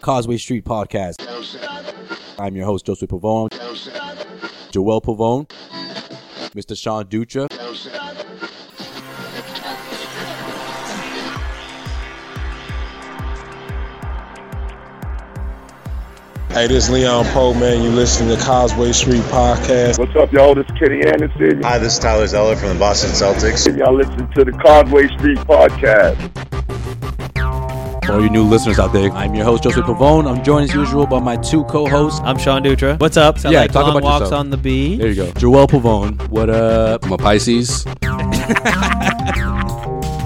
Causeway Street Podcast. I'm your host, Joseph Pavone, Joel Pavone, Mr. Sean Dutra. Hey, this is Leon Poe, man. You listening to Causeway Street Podcast. What's up, y'all? This is Kenny Anderson. Hi, this is Tyler Zeller from the Boston Celtics. Y'all listen to the Conway Street Podcast. For all you new listeners out there, I'm your host, Joseph Pavone. I'm joined as usual by my two co hosts. I'm Sean Dutra. What's up? Sound Yeah, like talk long about walks yourself. on the beach. There you go. Joel Pavone. What up? I'm a Pisces.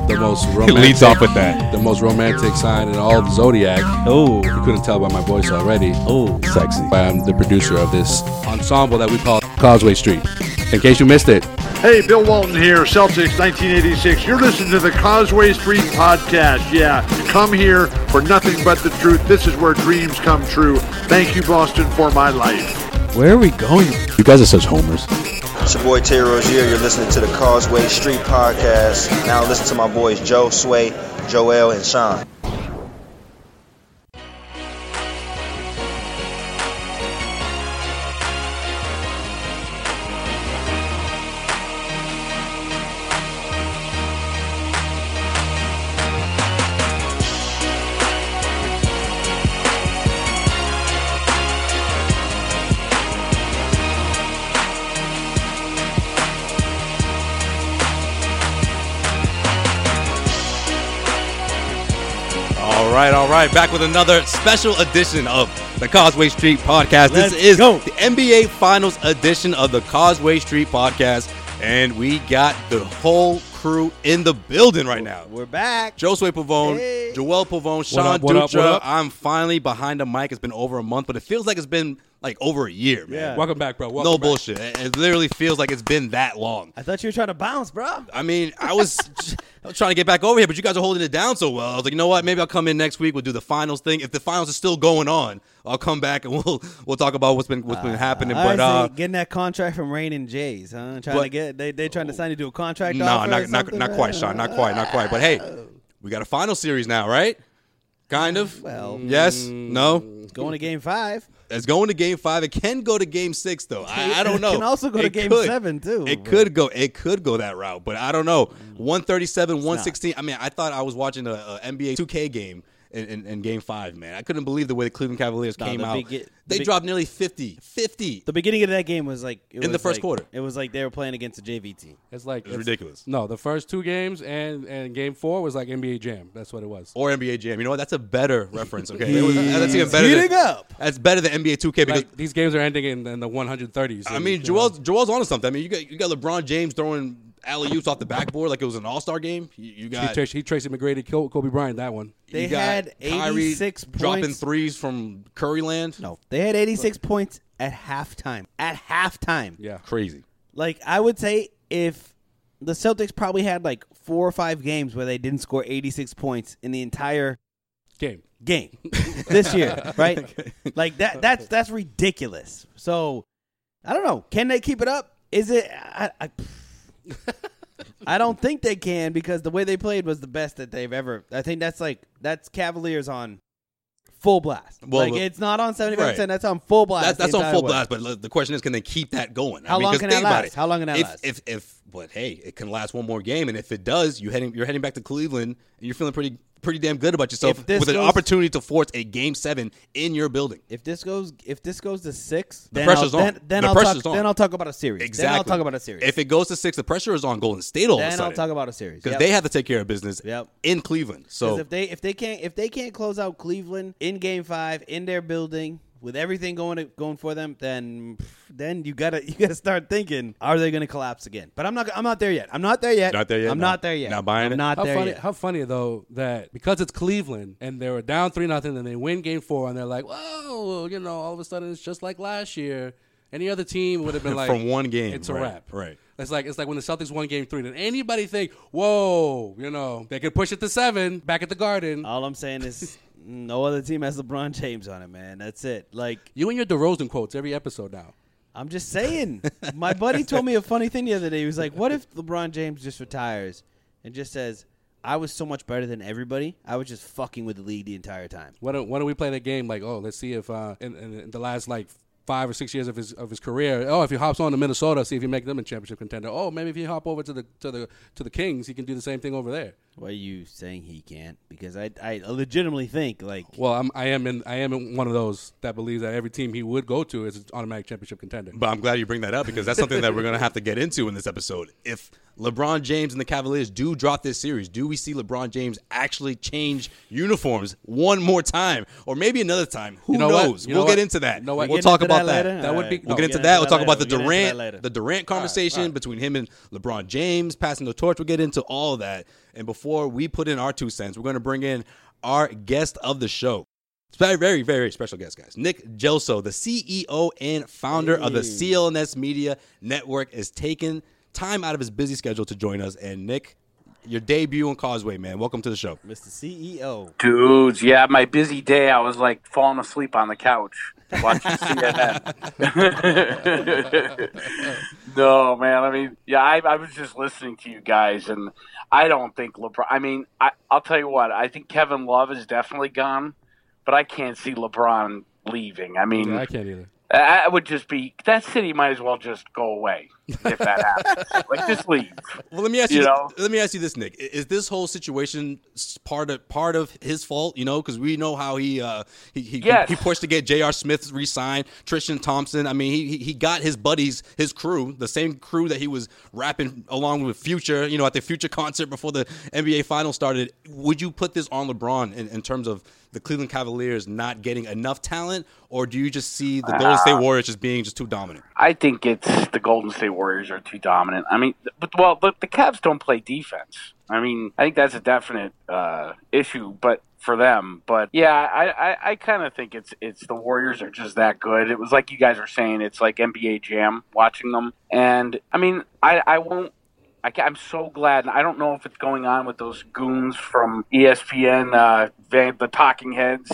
the most romantic, Leads off with that. the most romantic sign in all of the zodiac. Oh, You couldn't tell by my voice already. oh, Sexy. I'm the producer of this ensemble that we call Causeway Street. In case you missed it, Hey, Bill Walton here, Celtics 1986. You're listening to the Causeway Street Podcast. Yeah, come here for nothing but the truth. This is where dreams come true. Thank you, Boston, for my life. where are we going? you guys are such homers. It's your boy Terry Rozier. You're listening to the Causeway Street Podcast. Now listen to my boys Joe, Sway, Joel, and Sean. All right, all right. Back with another special edition of the Causeway Street Podcast. Let's this is go. the NBA Finals edition of the Causeway Street Podcast, and we got the whole crew in the building right now. We're back. Josue Pavone, Joel Pavone, Sean up, what Dutra. up, what up? I'm finally behind the mic. It's been over a month, but it feels like it's been like over a year, man. Welcome back, bro. no bullshit. It, it literally feels like it's been that long. I thought you were trying to bounce, bro. I mean, I was, I was trying to get back over here, but you guys are holding it down so well. I was like, you know what? Maybe I'll come in next week. We'll do the finals thing. If the finals is still going on, I'll come back and we'll we'll talk about what's been what's been happening. Ah, I But uh, see. Getting that contract from Rain and Jays, huh? Trying But- to get they they trying to sign you to a contract. no, offer or Oh. not not, something? not quite, Sean. Not quite. Not quite. But hey, we got a final series now, right? Kind of. Well- mm, yes. No. Going to game five. It's going to game five. It can go to game six, though. I, I don't It know. can also go to game seven, too, but- Mm. It could go. It could go that route, but I don't know. One thirty-seven, one sixteen. I mean, I thought I was watching a, a NBA two K game in, in, in game five. Man, I couldn't believe the way the Cleveland Cavaliers No, came the out. big- the they big- dropped nearly 50. 50. The beginning of that game was like it In the was first like- quarter. It was like they were playing against a JV team. It's like It's ridiculous. No, the first two games and and game four was like NBA Jam. That's what it was. Or NBA Jam. You know what? That's a better reference. Okay, That was- that's even better. heating Than, up. That's better than NBA two K because Like these games are ending in, in the 130s. I mean, Joel's Joel's onto something. I mean, you got you got LeBron James throwing alley oops off the backboard like it was an All Star game. You, you he, got traced, he Tracy McGrady, Col- Kobe Bryant. That one. They You got had Kyrie 86 dropping points. threes from Curryland. No, they had 86 points at halftime. At halftime. Yeah. crazy. Like I would say if the Celtics probably had like four or five games where they didn't score 86 points in the entire Game. game this year, right? Like that. That's that's ridiculous. So I don't know. Can they keep it up? Is it? I, I, I don't think they can because the way they played was the best that they've ever. I think that's like that's Cavaliers on full blast. Well, like but- it's not on seventy five Right. percent. That's on full blast. That's, that's the on entire full way. blast, but l- the question is, can they keep that going? How long 'cause can that think about last? How long can that if, last? If, if, but hey, it can last one more game, and if it does, you heading, you're heading back to Cleveland, and you're feeling pretty, pretty damn good about yourself If with this an goes- opportunity to force a game seven in your building. If this goes, if this goes to six, The then pressure's I'll, on. Then, then The I'll pressure's talk, on. Then I'll talk about a series. Exactly. Then I'll talk about a series. If it goes to six, the pressure is on Golden State all then of a I'll sudden talk about a series. because Yep. they have to take care of business in Cleveland. Because So if they if they can't if they can't close out Cleveland in Game Five in their building with everything going going for them, then then you gotta you gotta start thinking: Are they going to collapse again? But I'm not I'm not there yet. I'm not there yet. Not there yet, I'm no. not there yet. Not buying I'm it? Not How there funny, yet. how funny though that because it's Cleveland and they were down three nothing and they win game four and they're like, whoa, you know, all of a sudden it's just like last year. Any other team would have been like From one game, it's a right, wrap. right. It's like it's like when the Celtics won game three. Did anybody think, whoa, you know, they could push it to seven back at the Garden? All I'm saying is, no other team has LeBron James on it, man. That's it. Like you and your DeRozan quotes every episode now. I'm just saying. My buddy told me a funny thing the other day. He was like, "What if LeBron James just retires and just says?" I was so much better than everybody. I was just fucking with the league the entire time. Why don't, why don't we play that game? Like, oh, let's see if uh, in, in, in the last like five or six years of his of his career, oh, if he hops on to Minnesota, see if he make them a championship contender. Oh, maybe if he hop over to the to the to the Kings, he can do the same thing over there. Why are you saying he can't? Because I, I legitimately think like Well, I'm, I am in I am in one of those that believes that every team he would go to is an automatic championship contender. But I'm glad you bring that up because that's something that we're going to have to get into in this episode. If LeBron James and the Cavaliers do drop this series, do we see LeBron James actually change uniforms one more time or maybe another time? Who You know what? knows? You know we'll get what? into that. You know what? We'll Get talk into that about that. later? That would be- We'll no, get into get into that. that We'll talk about the later. We'll get into that later. Durant the Durant conversation between him and LeBron James, passing the torch. We'll get into all of that. And before we put in our two cents, we're going to bring in our guest of the show. It's Very, very, very special guest, guys. Nick Gelso, the CEO and founder of the CLNS Media Network, is taking time out of his busy schedule to join us. And Nick, your debut on Causeway, man. Welcome to the show. Mr. CEO. Dudes, yeah, my busy day, I was like falling asleep on the couch watching CNN. no, man, I mean, yeah, I, I was just listening to you guys, and I don't think LeBron. I mean, I, I'll tell you what, I think Kevin Love is definitely gone, but I can't see LeBron leaving. I mean, Yeah, I can't either. I I would just be that city might as well just go away if that happens. like just leave. Well, let me ask You you. know? Let me ask you this, Nick. I- Is this whole situation s- part of part of his fault? You know, because we know how he uh, he he, Yes. he pushed to get J.R. Smith re-signed, Tristan Thompson. I mean, he he- he got his buddies, his crew, the same crew that he was rapping along with Future. You know, at the Future concert before the NBA Finals started. Would you put this on LeBron in, in terms of the Cleveland Cavaliers not getting enough talent, or do you just see Uh, the Golden State Warriors just being just too dominant? I think it's the Golden State Warriors are too dominant. I mean, but well, but the Cavs don't play defense. I mean, I think that's a definite uh, issue, but for them. But yeah, I I, I kind of think it's it's the Warriors are just that good. It was like you guys were saying, it's like NBA Jam watching them. And I mean, I I won't. I ca- I'm so glad. And I don't know if it's going on with those goons from E ESPN, uh, van- the talking heads,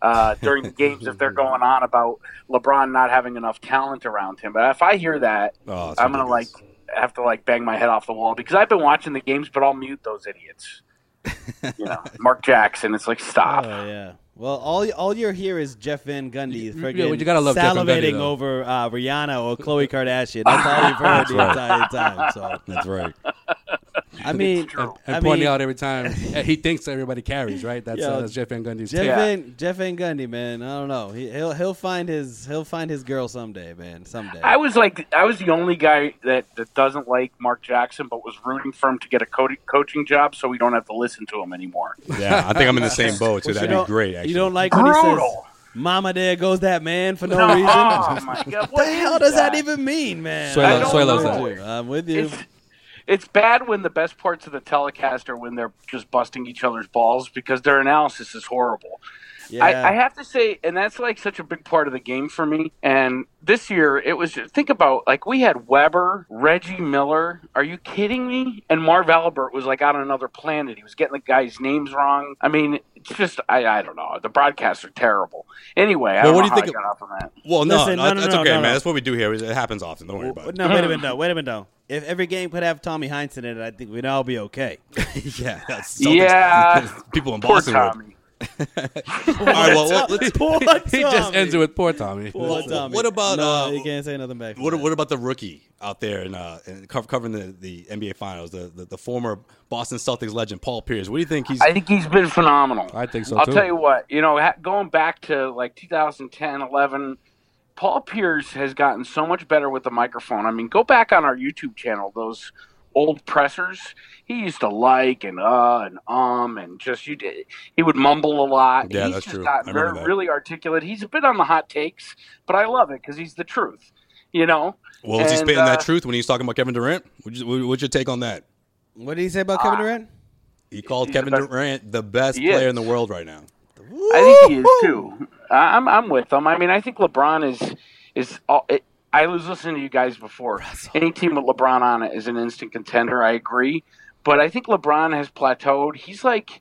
uh, during the games, if they're going on about LeBron not having enough talent around him. But if I hear that, Oh, it's I'm going to like have to like bang my head off the wall because I've been watching the games, but I'll mute those idiots. you know, Mark Jackson. It's like stop. Oh yeah. Well, all all you're here is Jeff Van Gundy friggin' well, you gotta love Jeff Van Gundy, salivating though. over uh, Rihanna or Khloe Kardashian. That's all you've heard the entire time. So That's right. I mean, and, and I pointing mean, out every time eh, he thinks everybody carries, right? That's, Yo, uh, that's Jeff Van Gundy's. Jeff take. Van, Jeff Van Gundy, man. I don't know. He, he'll he'll find his he'll find his girl someday, man. Someday. I was like, I was the only guy that, that doesn't like Mark Jackson, but was rooting for him to get a co- coaching job, so we don't have to listen to him anymore. Yeah, I think I'm in the same boat too. Well, you That'd be don't- great. Actually, You don't like when Brutal. he says, "Mama, there goes that man" for no, No, reason. oh my God, what what the hell is does that? that? even mean, man? Suelo- I don't Suelo's know. with you. I'm with you. It's, it's bad when the best parts of the telecast are when they're just busting each other's balls because their analysis is horrible. I, I have to say, and that's like such a big part of the game for me. And this year, it was just, think about like we had Weber, Reggie Miller. Are you kidding me? And Marv Albert was like on another planet. He was getting the guys' names wrong. I mean, it's just I, I don't know. The broadcasts are terrible. Anyway, I Well, don't what do know you how think I of- got off on that. Well, no, Listen, no, no, no, that's no, okay, no, man. no. That's what we do here. It happens often. Don't worry about it. No, wait a minute, though. Wait a minute, though. If every game could have Tommy Heinsohn in it, I think we'd all be okay. yeah, that's Yeah. people in Poor Boston. would. Tommy. All right, well, let- let's. Poor He just Tommy. ends it with poor Tommy. Poor Well, Tommy. What about No, uh, he can't say nothing back. What, what about the rookie out there and, uh, and co- covering the, the NBA Finals, the, the the former Boston Celtics legend Paul Pierce? What do you think he's? I think he's been phenomenal. I think so I'll too. tell you what, you know, ha- going back to like 2010, 11, Paul Pierce has gotten so much better with the microphone. I mean, go back on our YouTube channel, those old pressers. He used to like and uh and um and just you did, he would mumble a lot. Yeah, he's that's just true. I gotten remember very that. really articulate. He's a bit on the hot takes, but I love it because he's the truth. You know. well, was he And, spitting that uh, truth when he was talking about Kevin Durant? What'd you- what- What's your take on that? What did he say about Kevin uh, Durant? He called he's the Kevin best- Durant the best He player is. in the world right now. I think he is too. I- I'm I'm with them. I mean, I think LeBron is is. All, it, I was listening to you guys before. Any team with LeBron on it is an instant contender. I agree, but I think LeBron has plateaued. He's like,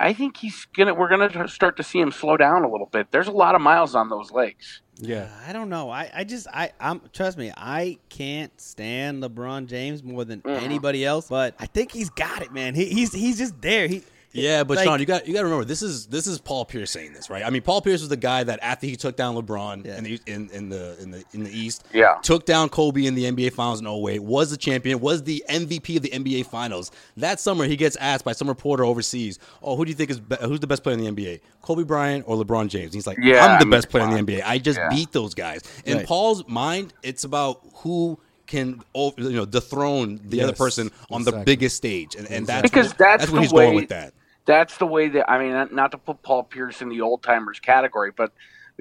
I think he's gonna. We're gonna t- start to see him slow down a little bit. There's a lot of miles on those legs. Yeah. I don't know. I, I just I I'm trust me, I can't stand LeBron James more than Mm-hmm. anybody else, but I think he's got it, man. He, he's he's just there. He Yeah, but like- Sean, you got you got to remember this is this is Paul Pierce saying this, right? I mean, Paul Pierce was the guy that after he took down LeBron in, the, in in the in the in the East, Yeah. took down Kobe in the NBA Finals in 08, was the champion, was the MVP of the NBA Finals. That summer, he gets asked by some reporter overseas, "Oh, who do you think is be- who's the best player in the NBA? Kobe Bryant or LeBron James?" And he's like, Yeah, "I'm I the mean, best player in come the NBA. I just Yeah. beat those guys." In Right. Paul's mind, it's about who can o- you know dethrone the other Yes, person on the exactly. biggest stage, and, and that's Because wh- that's that's where the he's way- going with that. That's the way that I mean. not- Not to put Paul Pierce in the old timers category, but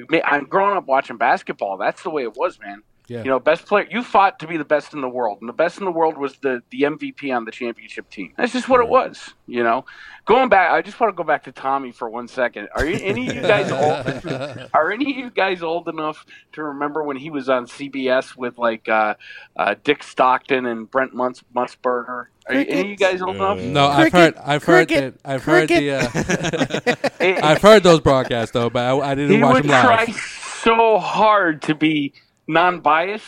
ma- I'm growing up watching basketball. That's the way it was, man. Yeah. You know, best player. You fought to be the best in the world, and the best in the world was the the MVP on the championship team. That's just what it was. You know, going back, I just want to go back to Tommy for one second. Are you, any of you guys old? Are any of you guys old enough to remember when he was on CBS with like uh, uh, Dick Stockton and Brent Munz, Munzberger? Are you, any of you guys old enough? No, I've heard, Cricket, I've heard uh, cricket, that, I've heard the, It- uh, I've heard those broadcasts though, but I, I didn't he watch would them live. try so hard to be non-biased.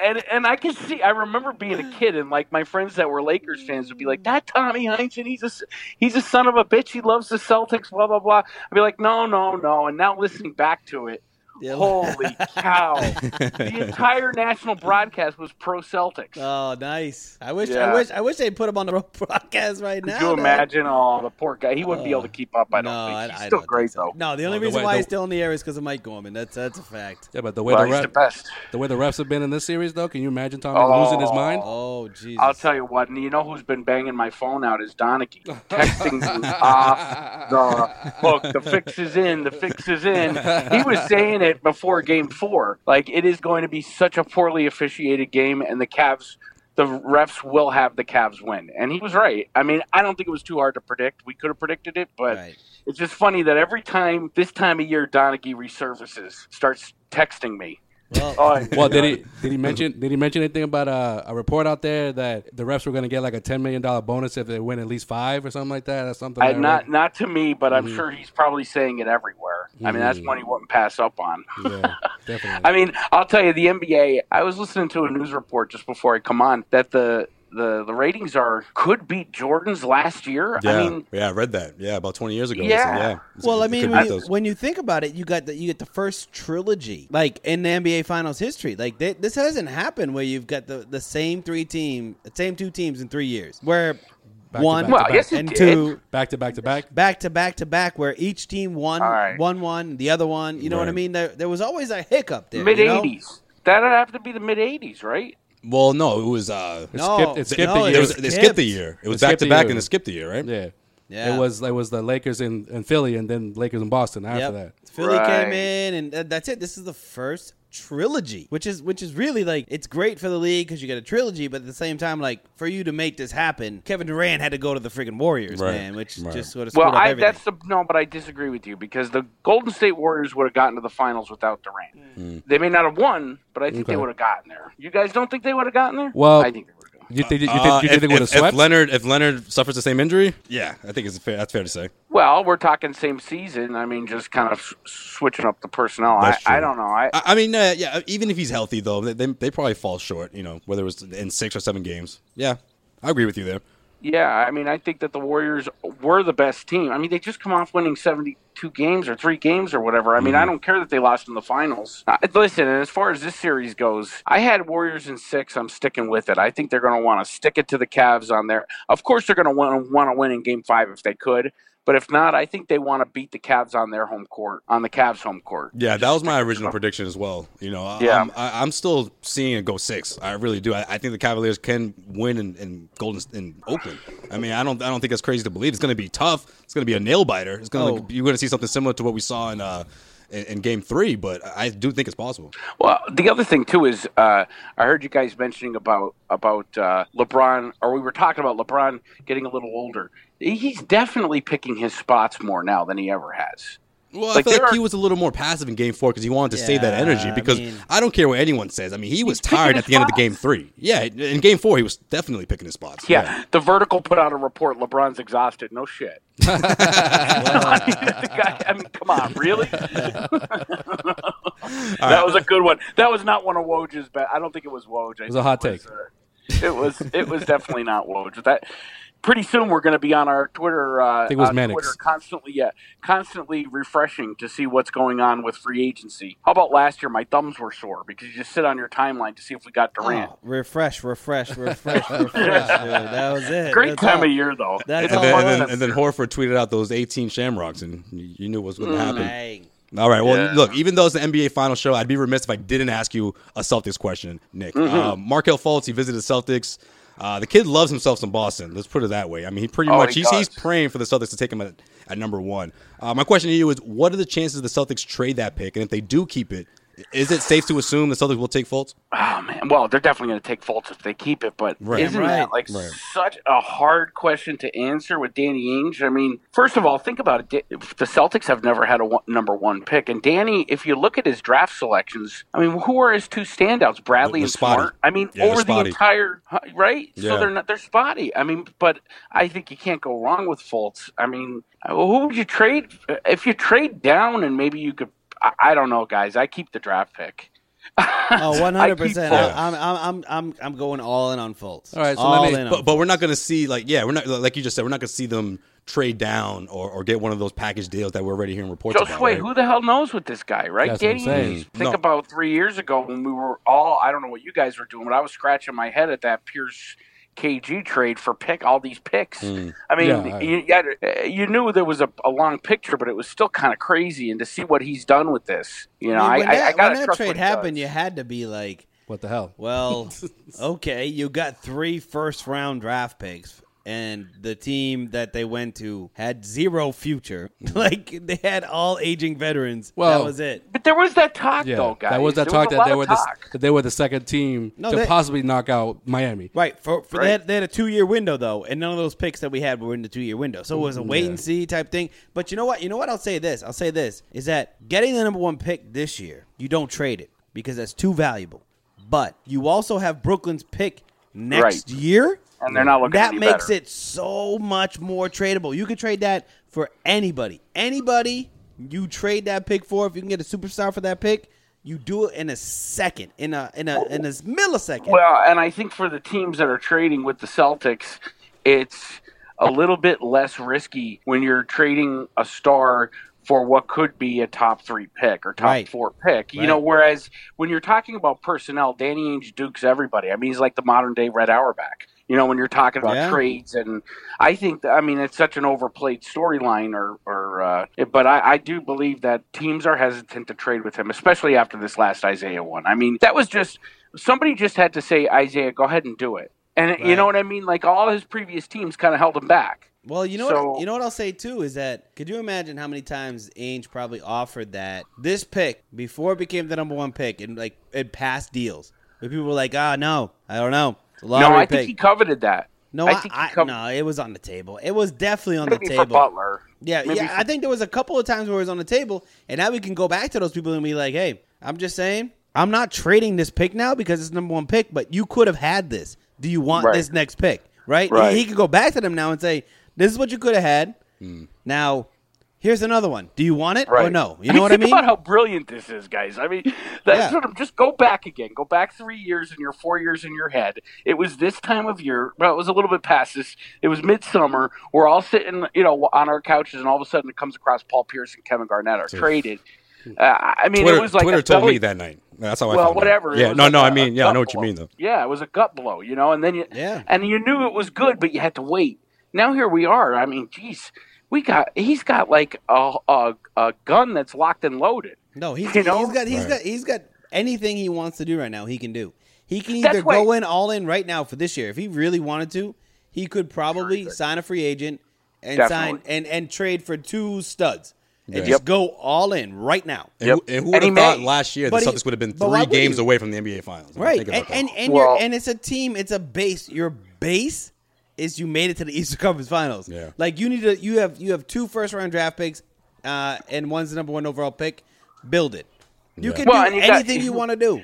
And, and I can see. I remember being a kid, and like my friends that were Lakers fans would be like, "That Tommy Heinsohn, he's a he's a son of a bitch. He loves the Celtics." Blah blah blah. I'd be like, "No, no, no." And now listening back to it, holy cow! the entire national broadcast was pro Celtics. Oh, nice. I wish I Yeah. wish I wish they'd put him on the broadcast right now. Could you though. imagine? Oh, the poor guy. He wouldn't be able to keep up. I don't no, I- think. He's I still don't great think so. though. No, the only the reason way- why the- he's still in the air is because of Mike Gorman. That's that's a fact. Yeah, but the way Well, the, he's ref, the best. the way the refs have been in this series though, can you imagine Tommy Oh. losing his mind? Oh, Jesus. I'll tell you what, and you know who's been banging my phone out is Donicky. Texting me off the hook. The fix is in. The fix is in. He was saying it before game four. Like, it is going to be such a poorly officiated game, and the Cavs, the refs will have the Cavs win. And he was right. I mean, I don't think it was too hard to predict. We could have predicted it, but Right. it's just funny that every time this time of year, Donicky resurfaces, starts texting me. Well, Oh, Well, did he did he mention did he mention anything about uh, a report out there that the refs were going to get like a ten million dollar bonus if they win at least five or something like that or something? I, like not not to me, but I'm sure he's probably saying it everywhere. I mean, that's one he wouldn't pass up on. yeah, definitely. I mean, I'll tell you, the NBA. I was listening to a news report just before I come on that the the the ratings are could beat Jordan's last year. Yeah, I mean, yeah, I read that. Yeah, about 20 years ago. Yeah. So, yeah. It's- Well, I it could mean, be when you, those. when you think about it, you got the, you get the first trilogy, like in the NBA Finals history. Like th this hasn't happened where you've got the, the same three team, the same two teams in three years, where Back to one back to Well, back. yes, it and did. two back to back to back. back to back to back, where each team won, All right. won one, the other one. You know what I Right. mean? There, there was always a hiccup there. mid you know? '80s. That'd have to be the mid '80s, right? well, no, it was. Uh, skipped- it skipped no, a it year. they, was- was they skipped the skipped. year. It was They back skipped to a back year. and they skipped the year, right? Yeah, Yeah. It was it was the Lakers in, in Philly and then Lakers in Boston after Yep. that. Philly came in, and th- that's it. This is the first trilogy, which is which is really like it's great for the league because you get a trilogy, but at the same time, like for you to make this happen, Kevin Durant had to go to the freaking Warriors, Right. man, which Right. just sort of screwed Well, up I, everything. that's the no, but I disagree with you because the Golden State Warriors would have gotten to the finals without Durant. They may not have won, but I think Okay. they would have gotten there. You guys don't think they would have gotten there? Well, I think they you think you think, Uh, you if- think they would have if- if swept? Leonard if Leonard suffers the same injury, yeah, I think it's fair. That's fair to say. Well, we're talking same season. I mean, just kind of s- switching up the personnel. I, That's I true. don't know. I, I, I mean, uh, yeah, even if he's healthy though, they, they they probably fall short. You know, whether it was in six or seven games. Yeah, I agree with you there. yeah, I mean, I think that the Warriors were the best team. I mean, they just come off winning seventy-two games or three games or whatever. I mean, Mm-hmm. I don't care that they lost in the finals. Uh, listen, and as far as this series goes, I had Warriors in six. I'm sticking with it. I think they're going to want to stick it to the Cavs on there. Of course, they're going to want want to win in Game Five if they could. But if not, I think they want to beat the Cavs on their home court, on the Cavs home court. Yeah, that was my original prediction as well. You know, I- Yeah. I'm, I, I'm still seeing it go six. I really do. I, I think the Cavaliers can win in, in Golden in Oakland. I mean, I don't I don't think that's crazy to believe. It's going to be tough. It's going to be a nail biter. It's going to Oh. you're going to see something similar to what we saw in uh in, in Game Three. But I I do think it's possible. Well, the other thing too is uh, I heard you guys mentioning about about uh, LeBron, or we were talking about LeBron getting a little older. He's definitely picking his spots more now than he ever has. Well, Like, I feel there like are- he was a little more passive in Game Four because he wanted to save that Yeah, energy. I Because I, mean- don't care what anyone says. I mean, he was tired at the end of the Game Three. Yeah, in Game Four he was definitely picking his spots. Yeah, the Vertical put out a report. LeBron's exhausted. No shit. The guy- I mean, come on, really? that was a good one. That was not one of Woj's best. I don't think it was Woj. I was a hot think it was it was definitely not Woj. That pretty soon we're going to be on our Twitter. Uh, I think it was on Mannix. Twitter constantly, yeah, constantly refreshing to see what's going on with free agency. How about last year? My thumbs were sore because you just sit on your timeline to see if we got Durant. Oh, refresh, refresh, refresh, refresh. dude. That was it. Great That's time all. of year though. That's and, all. then, it and, was. then, and then Horford tweeted out those 18 shamrocks, and you you knew what was going to Mm. happen. Dang. All right. Well, Yeah. look, even though it's the NBA final show, I'd be remiss if I didn't ask you a Celtics question, Nick. Mhm. Uh, Markel Fultz, he visited the Celtics. Uh, the kid loves himself some Boston. Let's put it that way. I mean, he pretty Oh, much he he's, he's does. praying for the Celtics to take him at, at number one. Uh, my question to you is: What are the chances the Celtics trade that pick? And if they do keep it, is it safe to assume the Celtics will take Fultz? Oh man! Well, they're definitely going to take faults if they keep it, but Right. isn't that Right. like Right. such a hard question to answer with Danny Ainge? I mean, first of all, think about it. Da- The Celtics have never had a one, number one pick, and Danny, if you look at his draft selections, I mean, who are his two standouts? Bradley They're and spotty. Smart. I mean, Yeah, they're over the spotty. entire huh, right, Yeah. so they're not they're spotty. I mean, but I think you can't go wrong with Fultz. I mean, who would you trade if you trade down and maybe you could? I, I don't know, guys. I keep the draft pick. Oh, one hundred percent. I keep- I'm, I'm, I'm, I'm, I'm going all in on Fultz. all let me- in on but, but we're not going to see like yeah, we're not like you just said, we're not going to see them trade down or, or get one of those package deals that we're already hearing reports Joe about. Sway, right? who the hell knows with this guy, right? That's what I'm Danny saying. Ainge. Think No. about three years ago when we were all, I don't know what you guys were doing, but I was scratching my head at that Pierce KG trade for pick, all these picks. I mean, Hmm. Yeah, I- you, you, had- eh, you knew there was a, a long picture, but it was still kind of crazy. And to see what he's done with this, you know, I, mean, when I, that, I got when to that trust trade what he happened, does. you had to be like, what the hell? Well, okay, you got three first round draft picks, and the team that they went to had zero future. like they had all aging veterans. Well- that was it. But there was that talk, though, Oh, guys. that was the There talk a that they lot were of the, talk. that they were the second team No, to they- possibly knock out Miami. Right. For, for They, had, they had a two year window though, and none of those picks that we had were in the two year window. So it was a Mm, wait yeah. and see type thing. But you know what? You know what? I'll say this. I'll say this is that getting the number one pick this year, you don't trade it because that's too valuable. But you also have Brooklyn's pick next Right. year, And they're not looking That any makes better. it so much more tradable. You could trade that for anybody. Anybody you trade that pick for, if you can get a superstar for that pick. You do it in a second, in a in a in a millisecond. Well, and I think for the teams that are trading with the Celtics, it's a little bit less risky when you're trading a star for what could be a top three pick or top Right. four pick. You know, Right. whereas when you're talking about personnel, Danny Ainge dukes everybody. I mean, he's like the modern day Red Auerbach. You know, when you're talking about Yeah. trades, and I think that- I mean it's such an overplayed storyline, or or uh, but I, I do believe that teams are hesitant to trade with him, especially after this last Isaiah one. I mean, that was just somebody just had to say Isaiah, go ahead and do it, and you know what I mean. Like all his previous teams kind of held him back. Well, you know So- what you know what I'll say too is that could you imagine how many times Ainge probably offered that this pick before it became the number one pick and like it passed deals, but people were like, ah, no, I don't know, It's a no, lottery I pick. think he coveted that. no, I I, think he I- covered- no, it was on the table. It was definitely on Maybe the for table. Butler. Yeah, Maybe yeah. for- I think there was a couple of times where it was on the table, and now we can go back to those people and be like, hey, I'm just saying, I'm not trading this pick now because it's number one pick, but you could have had this. Do you want Right. this next pick? Right? Right. He, he could go back to them now and say, this is what you could have had. Now, here's another one. Do you want it or no? You know what I think mean? About how brilliant this is, guys. I mean, that's what I'm, just go back again. Go back three years in your four years in your head. It was this time of year. Well, it was a little bit past this. It was midsummer. We're all sitting, you know, on our couches, and all of a sudden it comes across Paul Pierce and Kevin Garnett are Dude. traded. Uh, I mean, Twitter, it was like Twitter a told belly- me that night. That's how I. Well, found out. whatever. It Yeah, was no, like no. a- I mean, a yeah, I know what you couple mean though. Yeah, it was a gut blow, you know, and then you yeah, and you knew it was good, but you had to wait. Now here we are. I mean, geez, we got he's got like a a, a gun that's locked and loaded. No, he's, You know? he's got he's Right. got he's got anything he wants to do right now. He can do. He can That's either go in all in right now for this year if he really wanted to. He could probably sign a free agent and sign and and trade for two studs and Right. just Yep. go all in right now. And, who, and who would have thought last year the But he- Celtics would have been but why three would games you? away from the NBA Finals? I mean, right? think And about that. and and, Well- you're, and it's a team. It's a base. Your base is you made it to the Eastern Conference Finals. Yeah. Like you need to. You have you have two first round draft picks, uh, and one's the number one overall pick. Build it. You Yeah. can Well, and do you got- anything you want to do.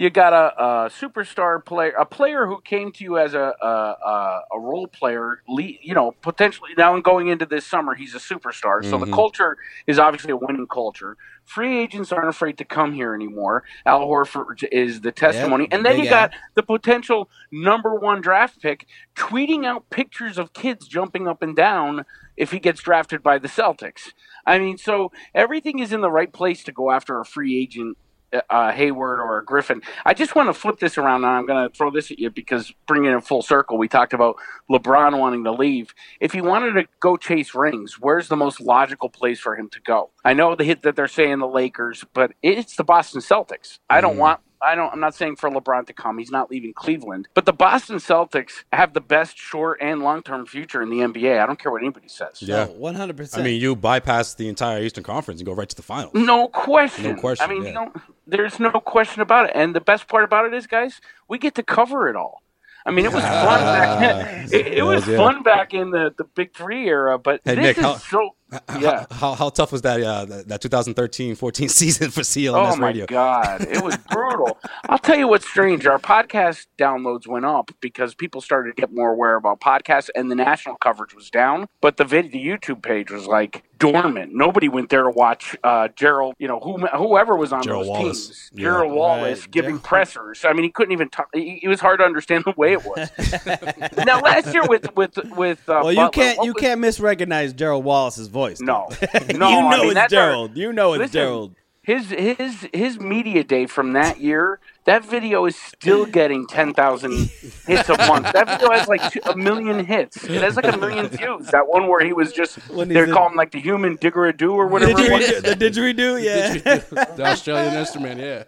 You got a, a superstar player, a player who came to you as a a, a, a role player, lead, you know, potentially now and going into this summer, he's a superstar. So Mm-hmm. the Mhm. culture is obviously a winning culture. Free agents aren't afraid to come here anymore. Al Horford is the testimony, and then big you got the potential number one draft pick tweeting out pictures of kids jumping up and down if he gets drafted by the Celtics. I mean, so everything is in the right place to go after a free agent. uh, Uh, Hayward or a Griffin. I just want to flip this around, and I'm going to throw this at you because bringing it full circle, we talked about LeBron wanting to leave. If he wanted to go chase rings, where's the most logical place for him to go? I know the hit that they're saying the Lakers, but it's the Boston Celtics. I don't want I don't. I'm not saying for LeBron to come. He's not leaving Cleveland. But the Boston Celtics have the best short and long term future in the NBA. I don't care what anybody says. Yeah, one hundred I mean, you bypass the entire Eastern Conference and go right to the finals. No question. No question, I mean, you yeah. don't, there's no question about it. And the best part about it is, guys, we get to cover it all. I mean, it was fun back then. It, it Yeah, was yeah. fun back in the, the Big Three era, but Hey, this Nick, is how- so. Yeah. How, how tough was that uh, that that 2013-14 season for CLNS oh my Radio? god, it was brutal. I'll tell you what's strange. Our podcast downloads went up because people started to get more aware about podcasts, and the national coverage was down. But the vid, the YouTube page was like dormant. Nobody went there to watch uh, Gerald. You know, whom, whoever was on Gerald those Wallace. teams. Yeah. Gerald Wallace Right, giving pressers. I mean, he couldn't even talk. It it was hard to understand the way it was. now last year with with with uh, Well, Butler, you can't what you was- can't misrecognize Gerald Wallace's voice. No, No, you know I mean, it's that's our- Gerald. you know Listen, it's Gerald. His his his media day from that year. That video is still getting ten thousand hits a month. That video has like two, a million hits. It has like a million views. That one where he was just When he's they're in- calling like the human didgeridoo or whatever. it was. Didgeridoo- the didgeridoo, yeah. The Australian instrument, yeah.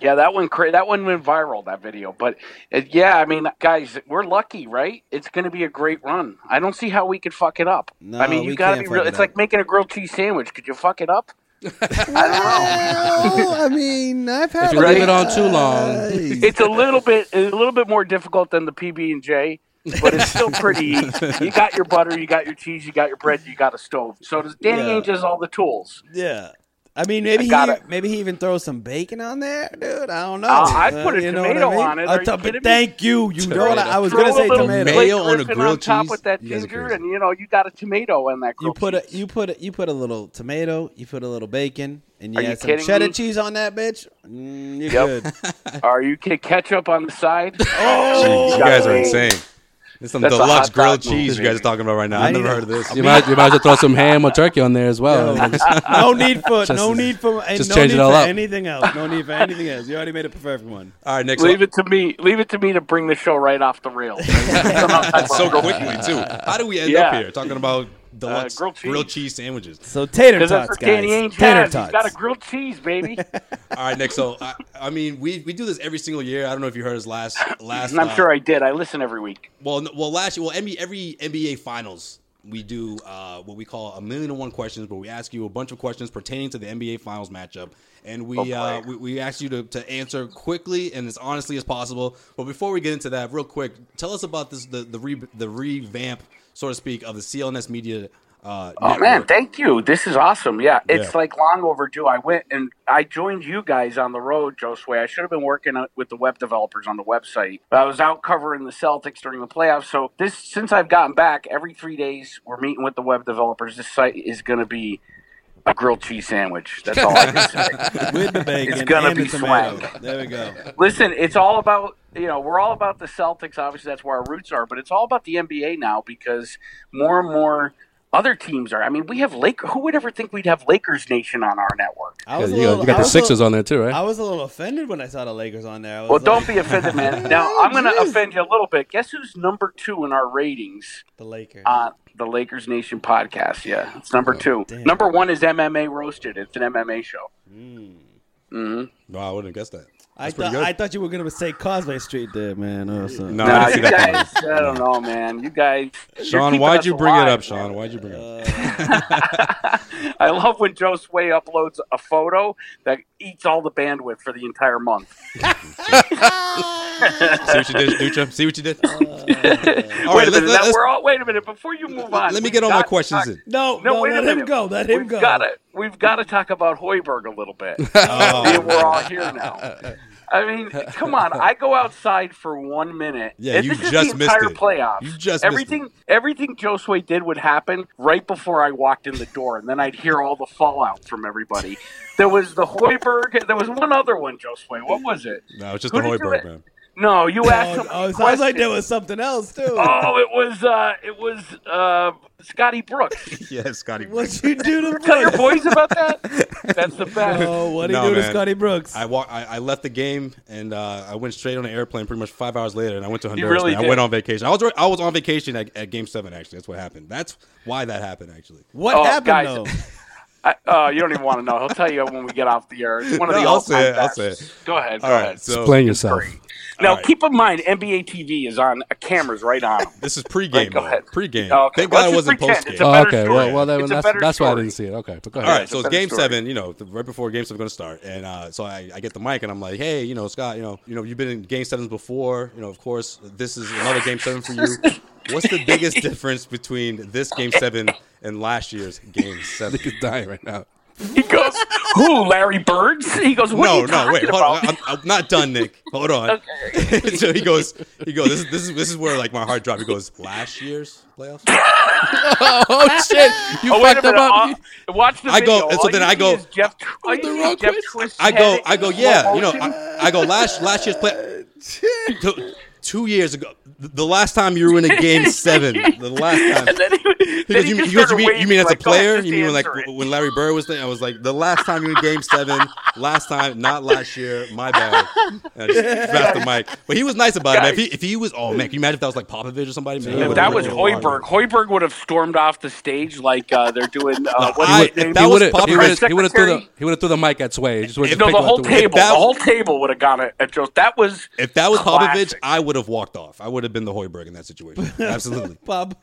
Yeah, that one cra- that one went viral. That video, but uh, yeah, I mean, guys, we're lucky, right? It's going to be a great run. I don't see how we could fuck it up. No, I mean, you we got to be can't fuck real. it It's up. like making a grilled cheese sandwich. Could you fuck it up? Oh. Well, I mean, I've had If you like- leave it on too long, it's a little bit a little bit more difficult than the PB and J, but it's still pretty. you got your butter, you got your cheese, you got your bread, you got a stove. So does Danny Yeah. Ainge has all the tools. yeah. I mean, I maybe he, gotta- maybe he even throws some bacon on there, dude. I don't know. Uh, I'd put a you know what tomato I mean? on it. A Are you to- kidding me? thank you. You know what I, I was Throw gonna a say? little Tomato. flake dressing on top with that ginger, and you know you got a tomato in that. You grilled put cheese. a you put a, you put a little tomato. You put a little bacon, and you Are you add some kidding cheddar me? cheese on that bitch. Mm, you're Yep. good. Are you kidding? Ketchup on the side? Oh! Jeez, you guys are insane. It's some That's a hot deluxe dog grilled movie. cheese you guys are talking about right now. I've never heard of this. You might, you might as well throw some ham or turkey on there as well. No, no need for no need for and just no change need it all for up. anything else. No need for anything else. You already made a perfect one. All right, Nick. Leave it to me. Leave it to me to bring the show right off the rails. so quickly too. How do we end up Yeah. Uh, here talking about deluxe grilled grilled, cheese. cheese. sandwiches? So tater 'Cause that's tots, what Danny guys. Ainge Tater has. He's tots. got a grilled cheese, baby. All right, Nick. So I, I mean, we we do this every single year. I don't know if you heard us last last. And I'm uh, sure I did. I listen every week. Well, no- well, last year, well, NBA, every NBA Finals we do uh, what we call a million and one questions, where we ask you a bunch of questions pertaining to the NBA Finals matchup, and we Oh, boy. uh, we, we ask you to, to answer quickly and as honestly as possible. But before we get into that, real quick, tell us about this the the, re, the revamp, so to speak, of the CLNS Media. Uh, Oh network. man, thank you. This is awesome. Yeah, it's Yeah. like long overdue. I went and I joined you guys on the road, Joe Sway. I should have been working uh, with the web developers on the website, but I was out covering the Celtics during the playoffs. So this, since I've gotten back, every three days we're meeting with the web developers. This site is going to be a grilled cheese sandwich. That's all I can say. With the bacon it's going to and be the tomato. swag. There we go. Listen, it's all about you know we're all about the Celtics. Obviously, that's where our roots are, but it's all about the NBA now because more and more other teams are. I mean, we have Lake. Who would ever think we'd have Lakers Nation on our network? Yeah, I was a you got- little- you got I the was a- Sixers on there too, right? I was a little offended when I saw the Lakers on there. I was Well, don't like- be offended, man. Now I'm going to offend you a little bit. Guess who's number two in our ratings? The Lakers. Uh, the Lakers Nation podcast. Yeah, it's number two. Oh, damn. Number one is MMA Roasted. It's an MMA show. hmm No, I wouldn't guess that. I That's pretty thought good. I thought you were gonna say Causeway Street there, man. or something. No, I didn't see You guys, I don't know, man. You guys, you're Sean, keeping why'd us you bring alive. it up, Sean? Why'd you bring it up? I love when Joe Sway uploads a photo that eats all the bandwidth for the entire month. See what you did, Dutra. See what you did. All wait right, a minute. let's- now let's- we're all, wait a minute. Before you move on, let me we've get all my got to questions talk- in. No, no, wait a let him minute. go, let him we've go. Gotta, we've got to talk about Hoiberg a little bit. Oh. I mean, we're all here now. I mean, come on. I go outside for one minute. Yeah, And you this is just the missed entire it. playoffs. You just missed it. everything. Everything Joe Sway did would happen right before I walked in the door, and then I'd hear all the fallout from everybody. There was the Hoiberg. There was one other one, Joe Sway. What was it? No, it's just Who the did you Hoiberg, a- man. No, you asked. Oh, him a oh, it sounds like question. there was something else too. Oh, it was uh, it was uh, Scotty Brooks. Yeah, Scotty. What you do to Tell your Brooks? boys about that. That's the best. Oh, what do you do to man. Scotty Brooks? I walk. I, I left the game and uh, I went straight on an airplane. Pretty much five hours later, and I went to Honduras. really man. I did. went on vacation. I was re- I was on vacation at, at Game Seven. Actually, that's what happened. That's why that happened. Actually, What Oh, happened guys. though? I, uh, you don't even want to know. He'll tell you when we get off the air. It's one of No, the I'll all-time say it, I'll bests. say it. Go ahead. Go All right, ahead. so- Explain yourself. now, right. keep in mind, NBA TV is on uh, cameras right on. 'em. this is Right, pregame. go though. ahead. Pregame. Oh, okay. Thank Let's God it just wasn't pretend post it's a game. better Oh, okay. story. Well, well then, It's a that's, better that's why I story. didn't see it. Okay, but go All ahead. right, so it's it's a better game story. seven, you know, the, right before game seven going to start, and uh, so I, I get the mic and I'm like, hey, you know, Scott, you know, you know, you've been in game sevens before, you know, of course, this is another game seven for you. What's the biggest difference between this game seven and last year's game seven? He's dying right now. He goes, "Who? Larry Birds?" He goes, "What are no, you no, talking wait, hold about?" on. I'm, I'm not done, Nick. Hold on. so he goes, he goes. This is this is this is where like my heart dropped. He goes, last year's playoffs. Oh shit! You Oh, wait a minute. fucked them up. Uh, watch the I video. go- and so All then you I see go- "Oh, is Jeff, all you the see is wrong Jeff question. Twist's I go, head I go, in yeah, slow you know, motion. I, I go last last year's play. Two, two years ago, th- the last time you were in a game seven, the last time. And then he, He then goes, he you, you, just guys, you started mean, you mean waving, as a like, go ahead, player? just You mean like answer it. w- when Larry Bird was there? I was like, the last time you were in game seven, last time, not last year, my bad. And I just passed the mic. But he was nice about it. Man. If, he, if he was, oh man, can you imagine if that was like Popovich or somebody? Man, he If would've ripped that was him apart. Hoiberg, Hoiberg would have stormed off the stage like uh, they're doing. Uh, what's I- his name? if that he was would have. Pop- He would have. He would have threw the. Secretary? He would have threw the mic at Sway. He Just would've no, picked the him out whole way. table. that- the whole table would have gone at, at Joe. That was. If that was Popovich, classic. I would have walked off. I would have been the Hoiberg in that situation. Absolutely. Bob.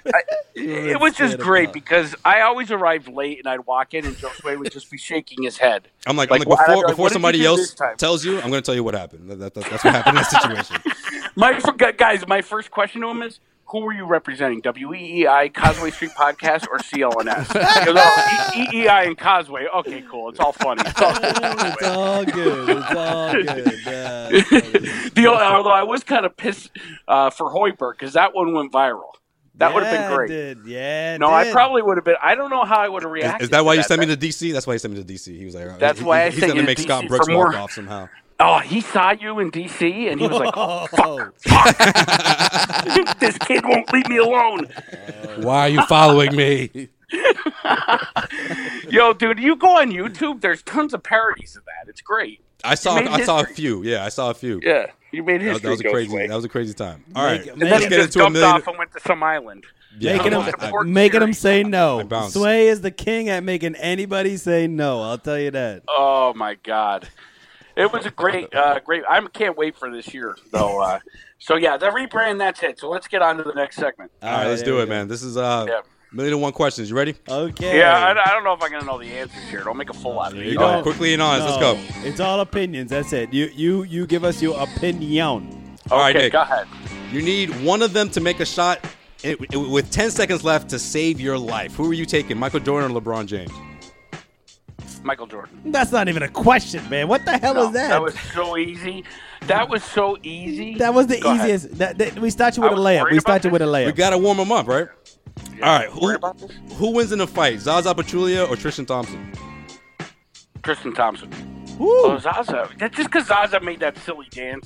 It was just great because I always arrived late and I'd walk in and Joe Sway would just be shaking his head. I'm like, Like, I'm like why- before, like, before what did you somebody do this else time? tells you, I'm going to tell you what happened. That, that, that- that's what happened in that situation. My fir- guys, my first question to him is, who were you representing? WEEI, Causeway Street Podcast, or CLNS? He goes, "Oh, E- EEI and Causeway. Okay, cool. It's all funny. It's all funny. It's all good. It's all good. Uh, The only- although I was kind of pissed uh, for Hoiberg because that one went viral. That would have yeah, been it great. Did. Yeah. it No, I did. probably would have been. I don't know how I would have Is, reacted. is that why you sent me that. to DC? That's why he sent me to DC. He was like, That's he- why I he's sent gonna you to make Scott DC Brooks for walk more. off somehow. Oh, he saw you in D.C. and he was like, Oh, "Fuck, "This kid won't leave me alone." Why are you following me? Yo, dude, you go on YouTube. There's tons of parodies of that. It's great. I saw, made I saw a history. few. Yeah, I saw a few. Yeah, you made That, history. was- that was a Joe crazy. Sway. That was a crazy time. All right, Make- And make then let's he get just into a dumped million. off and went to some island. Yeah, making I- him I- Pork making him series. say I no. bounced. Sway is the king at making anybody say no. I'll tell you that. Oh my god, it was a great, uh, great. I can't wait for this year though. Uh, so yeah, the rebrand. That's it. So let's get on to the next segment. all right, let's do it, man. This is uh, Yeah. Million and one questions. You ready? Okay. Yeah, I, I don't know if I'm gonna know the answers here. Don't make a fool out of There me. you go. Quickly and honest. Let's go. go. It's all opinions. That's it. You you you give us your opinion. All right, Nick. You need one of them to make a shot i- i- with 10 seconds left to save your life. Who are you taking, Michael Jordan or LeBron James? Michael Jordan. That's not even a question, man. What the hell No, is that? was so easy. That was so easy. That was the Go ahead. easiest. That, that- we start you with I a was layup. worried We about start you with a layup. We got to warm them up, right? All right. Who, who wins in a fight, Zaza Pachulia or Tristan Thompson? Tristan Thompson. Woo. Oh, Zaza. That's just because Zaza made that silly dance.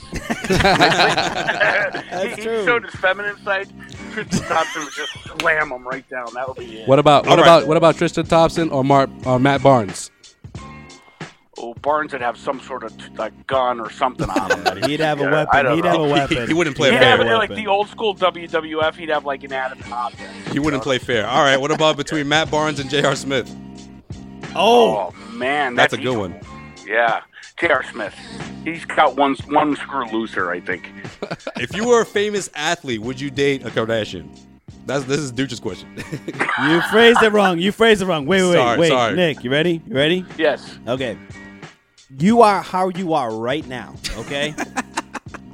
he, he true. showed his feminine side. Tristan Thompson would just slam him right down. That would be it. What about All what right. about what about Tristan Thompson or Mark or Matt Barnes? Oh, Barnes would have some sort of like gun or something on him. that He'd have a Yeah, weapon. I don't He'd know. have a weapon. He wouldn't play He'd fair. have like the old school WWF. He'd have like an inanimate object. He wouldn't play fair. All right. What about between Matt Barnes and J.R. Smith? Oh, man, That's that's, a good one. Yeah, J.R. Smith. He's got one one screw looser, I think. If you were a famous athlete, would you date a Kardashian? That's this is Duchess question. you phrased it wrong. You phrased it wrong. Wait, wait, Sorry, wait, wait. sorry. Nick, you ready? You ready? Yes. Okay. You are how you are right now. Okay.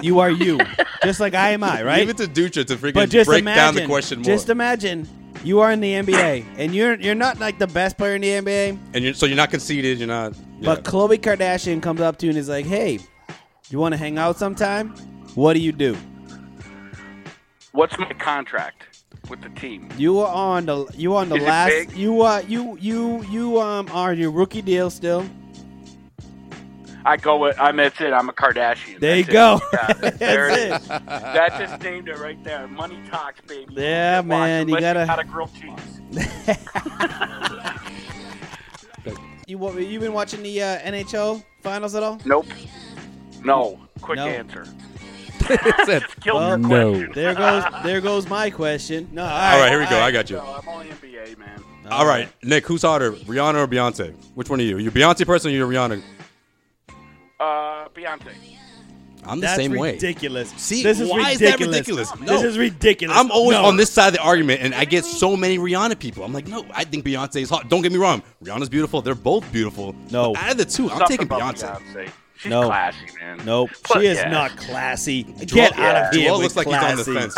you are you, just like I am I, right? Leave it to Ducha to freaking but just break imagine, down the question more. Just imagine you are in the NBA and you're you're not like the best player in the NBA, and you're, so you're not conceited. You're not. yeah. but Khloe Kardashian comes up to you and is like, "Hey, you want to hang out sometime? What do you do? What's my contract with the team? You are on the you are on the Is it last big? you are you you you um are on your rookie deal still? I go with. I'm. That's it. I'm a Kardashian. There you That's go. It. Got it. There it That's is. That just named it right there. Money talks, baby. Yeah, Watch, man, you unless gotta- got a grilled cheese. You wa- you been watching the uh, NHL finals at all? Nope. No. Quick No. answer. That's it. Killed your No. question. There goes there goes my question. No, all right, All right, here we go. I got you. No, I'm only NBA man. All right, Nick, who's hotter, Rihanna or Beyonce? Which one are you? Are you a Beyonce person or you a Rihanna? Uh, Beyonce. I'm the That's same way. ridiculous. See, this is why ridiculous. is that ridiculous? This No. is ridiculous. I'm always No. on this side of the argument, and I get so many Rihanna people. I'm like, no, I think Beyonce is hot. Don't get me wrong, Rihanna's beautiful. They're both beautiful. No. but out of the two, I'm Something taking about Beyonce. She's No. classy, man. Nope, But she is yeah. not classy. Get Joel- out of here. Joel with looks like he's on classy. the fence.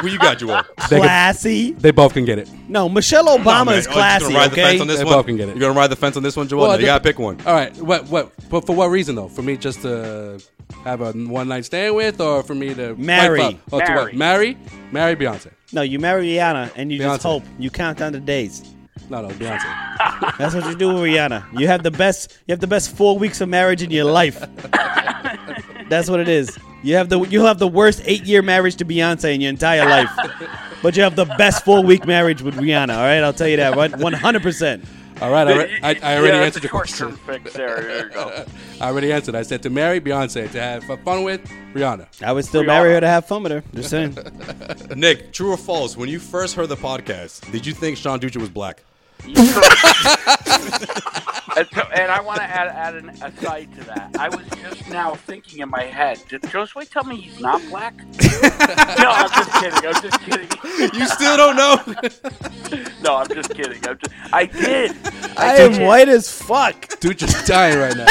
Who you got, Joel? Classy? They both can get it. No, Michelle Oh, Obama man. is Oh, you gonna classy. ride the okay, fence on this They one? both can get it. You're gonna ride the fence on this one, Joel. Well, No, you it gotta dep- pick one. All right. What? What? But for what reason though? For me just to have a one night stand with, or for me to Marry. wife up- or to what? Marry. Marry Beyonce. no, you marry Rihanna and you Beyonce. just hope you count down the days. No, no, Beyonce. That's what you do with Rihanna. You have the best. You have the best four weeks of marriage in your life. That's what it is. You have the you'll have the worst eight year marriage to Beyonce in your entire life, but you have the best four week marriage with Rihanna. All right, I'll tell you that. Right, one hundred percent. All right. I, re- I, I already yeah, answered your question. Short-term fix there. There you go. I already answered. I said to marry Beyonce, to have fun with Rihanna. I would still marry her to have fun with her. Just saying. Nick, true or false? When you first heard the podcast, did you think Sean Ducha was black? and, so, and I want to add, add an aside to that. I was just now thinking in my head, did Josue tell me he's not black? no, I'm just kidding. I'm just kidding. You still don't know. No, I'm just kidding. I'm just, I did. I did. am white as fuck. Dude, just dying right now.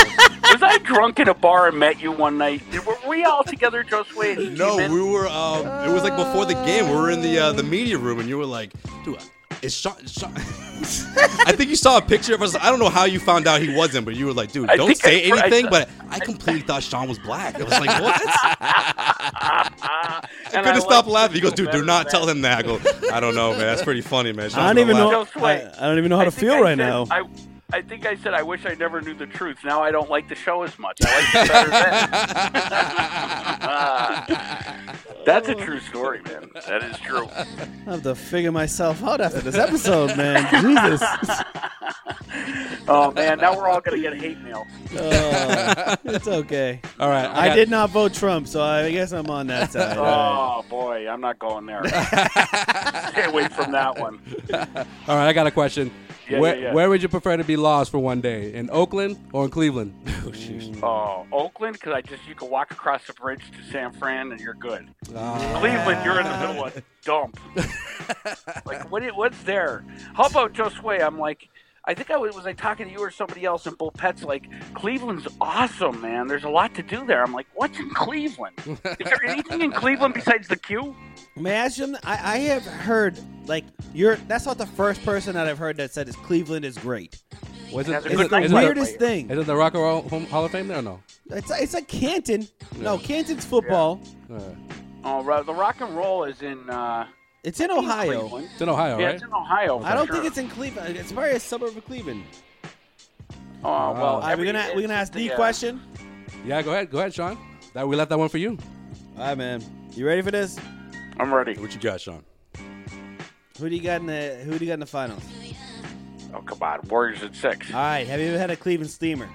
Was I drunk in a bar and met you one night? Did, were we all together, Josue? and you No, came in? we were. Um, it was like before the game. We were in the uh, the media room, and you were like, "Dude, it's Sean." Sean. I think you saw a picture of us. I don't know how you found out he wasn't, but you were like, "Dude, I don't think say I- I- anything." but I completely thought Sean was black. I was like, "What?" And I couldn't like stop laughing. He goes, "Dude, better do not than tell him that." I go, "I don't know, man. That's pretty funny, man." I Sean's don't even gonna know. laugh." I, I don't even know how to think feel I right said- now. I, I think I said I wish I never knew the truth. Now I don't like the show as much. I like it better then. That's a true story, man. That is true. I have to figure myself out after this episode, man. Jesus. Oh man, now we're all gonna get hate mail. Oh, it's okay. All right. I got- did not vote Trump, so I guess I'm on that side. All right. Oh boy, I'm not going there. Stay away from that one. All right. I got a question. Yeah, where, yeah, yeah. where would you prefer to be lost for one day? In Oakland or in Cleveland? oh, Oh, Oakland, because I just you can walk across the bridge to San Fran and you're good. Ah. Cleveland, you're in the middle of a dump. like what? i- What's there? How about Josue? I'm like, I think I was, was I talking to you or somebody else, and Bull Pet's like, Cleveland's awesome, man. There's a lot to do there. I'm like, what's in Cleveland? Is there anything in Cleveland besides the queue? May I ask you? something? I, I have heard like you're. That's not the first person that I've heard that said is Cleveland is great. Was it's the weirdest thing. Is it the Rock and Roll Home- Hall of Fame there or no? It's it's like Canton. No, Canton's football. Uh, Oh, ro- the rock and roll is in. Uh, It's in I think Ohio. Cleveland. It's in Ohio, yeah, right? it's in Ohio. I don't think it's in Cleveland. It's probably a suburb of Cleveland. Oh well, Are we every- gonna we gonna ask the yeah. question? Yeah, go ahead, go ahead, Sean. That we left that one for you. All right, man. You ready for this? I'm ready. What you got, Sean? Who do you got in the Who do you got in the finals? Oh come on, Warriors at six. All right. Have you ever had a Cleveland steamer?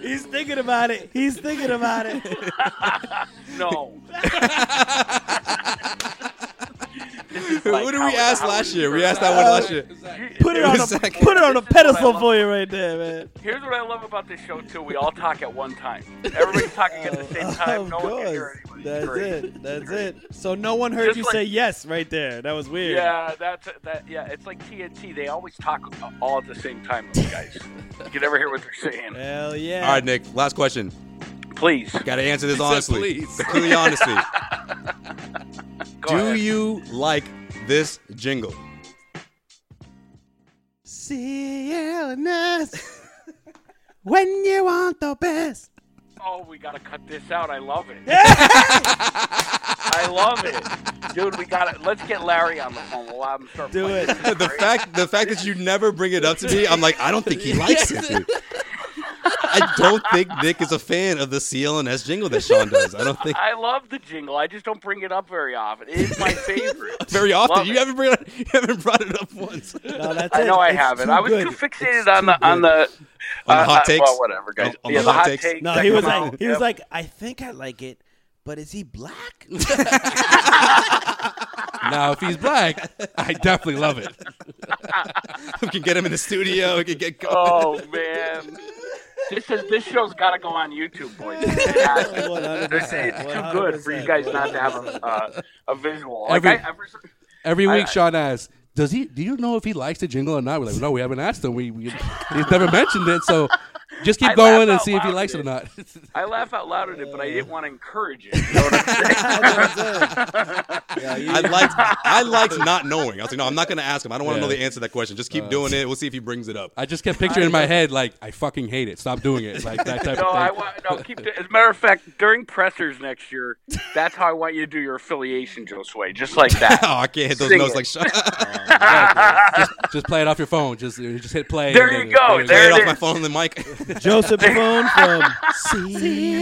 He's thinking about it. He's thinking about it. no. Who did we ask last year? We asked that one last year. Put it on a put it on a pedestal for you right there, man. Here's what I love about this show too. We all talk at one time. Everybody's talking at the same time. Of No one can course. hear anybody. Oh, That's Great. it. That's it. So no one heard Just you like- say yes right there. That was weird. Yeah, that's that. Yeah, it's like TNT. They always talk all at the same time. Those guys. you can never hear what they're saying. Hell yeah. All right, Nick. Last question. Please. Got to answer He this said honestly. please. Completely honestly. Do ahead. you like this jingle? CLNS. when you want the best. Oh, we gotta cut this out. I love it. I love it, dude. We gotta. Let's get Larry on the phone. We'll have him start. Do playing it. this. the fact the fact that you never bring it up to me, I'm like, I don't think he likes it. dude. I don't think Nick is a fan of the CLNS jingle that Sean does. I don't think I love the jingle. I just don't bring it up very often. It is my favorite. very often. Love You it. haven't bring it, you haven't brought it up once. No, that's I it. know I It's haven't. too I was good. too fixated on the on the On the uh, hot uh, takes? Well, whatever, guys. On- on yeah, the the hot hot takes? takes. No, that he was come like, out. he was Yep. like, I think I like it, but is he black? Now, if he's black, I definitely love it. we can get him in the studio. We can get going. Oh man. This is this show's got to go on YouTube, boys. It has to. 100%, It's too good for you guys not to have a, uh, a visual. Like, Every- I, ever, Every I- week, I- Sean asks, "Does he? Do you know if he likes the jingle or not?" We're like, "No, we haven't asked him. We, we he's never mentioned it, so just keep I laugh going and out see if he loud, likes it or dude. not." I laugh out loud at it, but I didn't want to encourage it. You know what I'm saying? I liked I liked not knowing. I was like, no, I'm not gonna ask him. I don't want to know the answer to that question. Uh. Just keep doing it. We'll see if he brings it up. I just kept picturing in my head like, "I fucking hate it. Stop doing it." Like that type No, of thing. I want. No, keep. As a matter of fact, during pressers next year, that's how I want you to do your affiliation, Joe Sway, just like that. oh, I can't hit those Sing notes it. like Sean. just, just play it off your phone. Just just hit play. There and you then- go. and There Play it it off my is. phone on the mic. Joseph Buffoon from CLNS.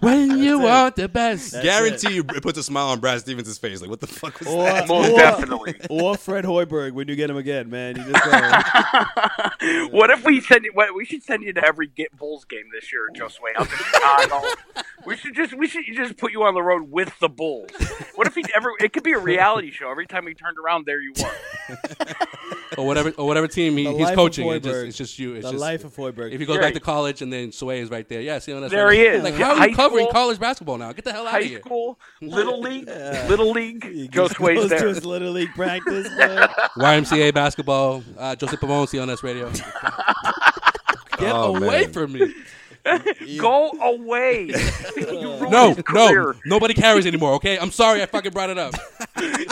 When you want the best. Guarantee you it puts a smile on Brad Stevens' face. Like, what the fuck was Or, that? Most or- definitely. Or Fred Hoiberg when you get him again, man. You just go, What if we send you? What, we should send you to every get Bulls game this year, Joe Sway, up in Chicago. we should just we should just put you on the road with the Bulls. What if he ever? It could be a reality show. Every time he turned around, there you were. Or whatever or whatever team he, The he's life of coaching. It's just, Hoiberg. it's just you. It's the just, life of Hoiberg. If he goes Right. back to college and then Sway is right there. Yeah, see on that. There he is. Like, Yeah, how are high you covering school- college basketball now? Get the hell out of High here. school, little league, little league. Joe Sway's goes to there. his little league practice. man. YMCA basketball. Uh, Joseph Pavone, see on this radio. Get Oh, away man. from me. Go away. You ruined No, his no. career. Nobody carries anymore, okay? I'm sorry I fucking brought it up.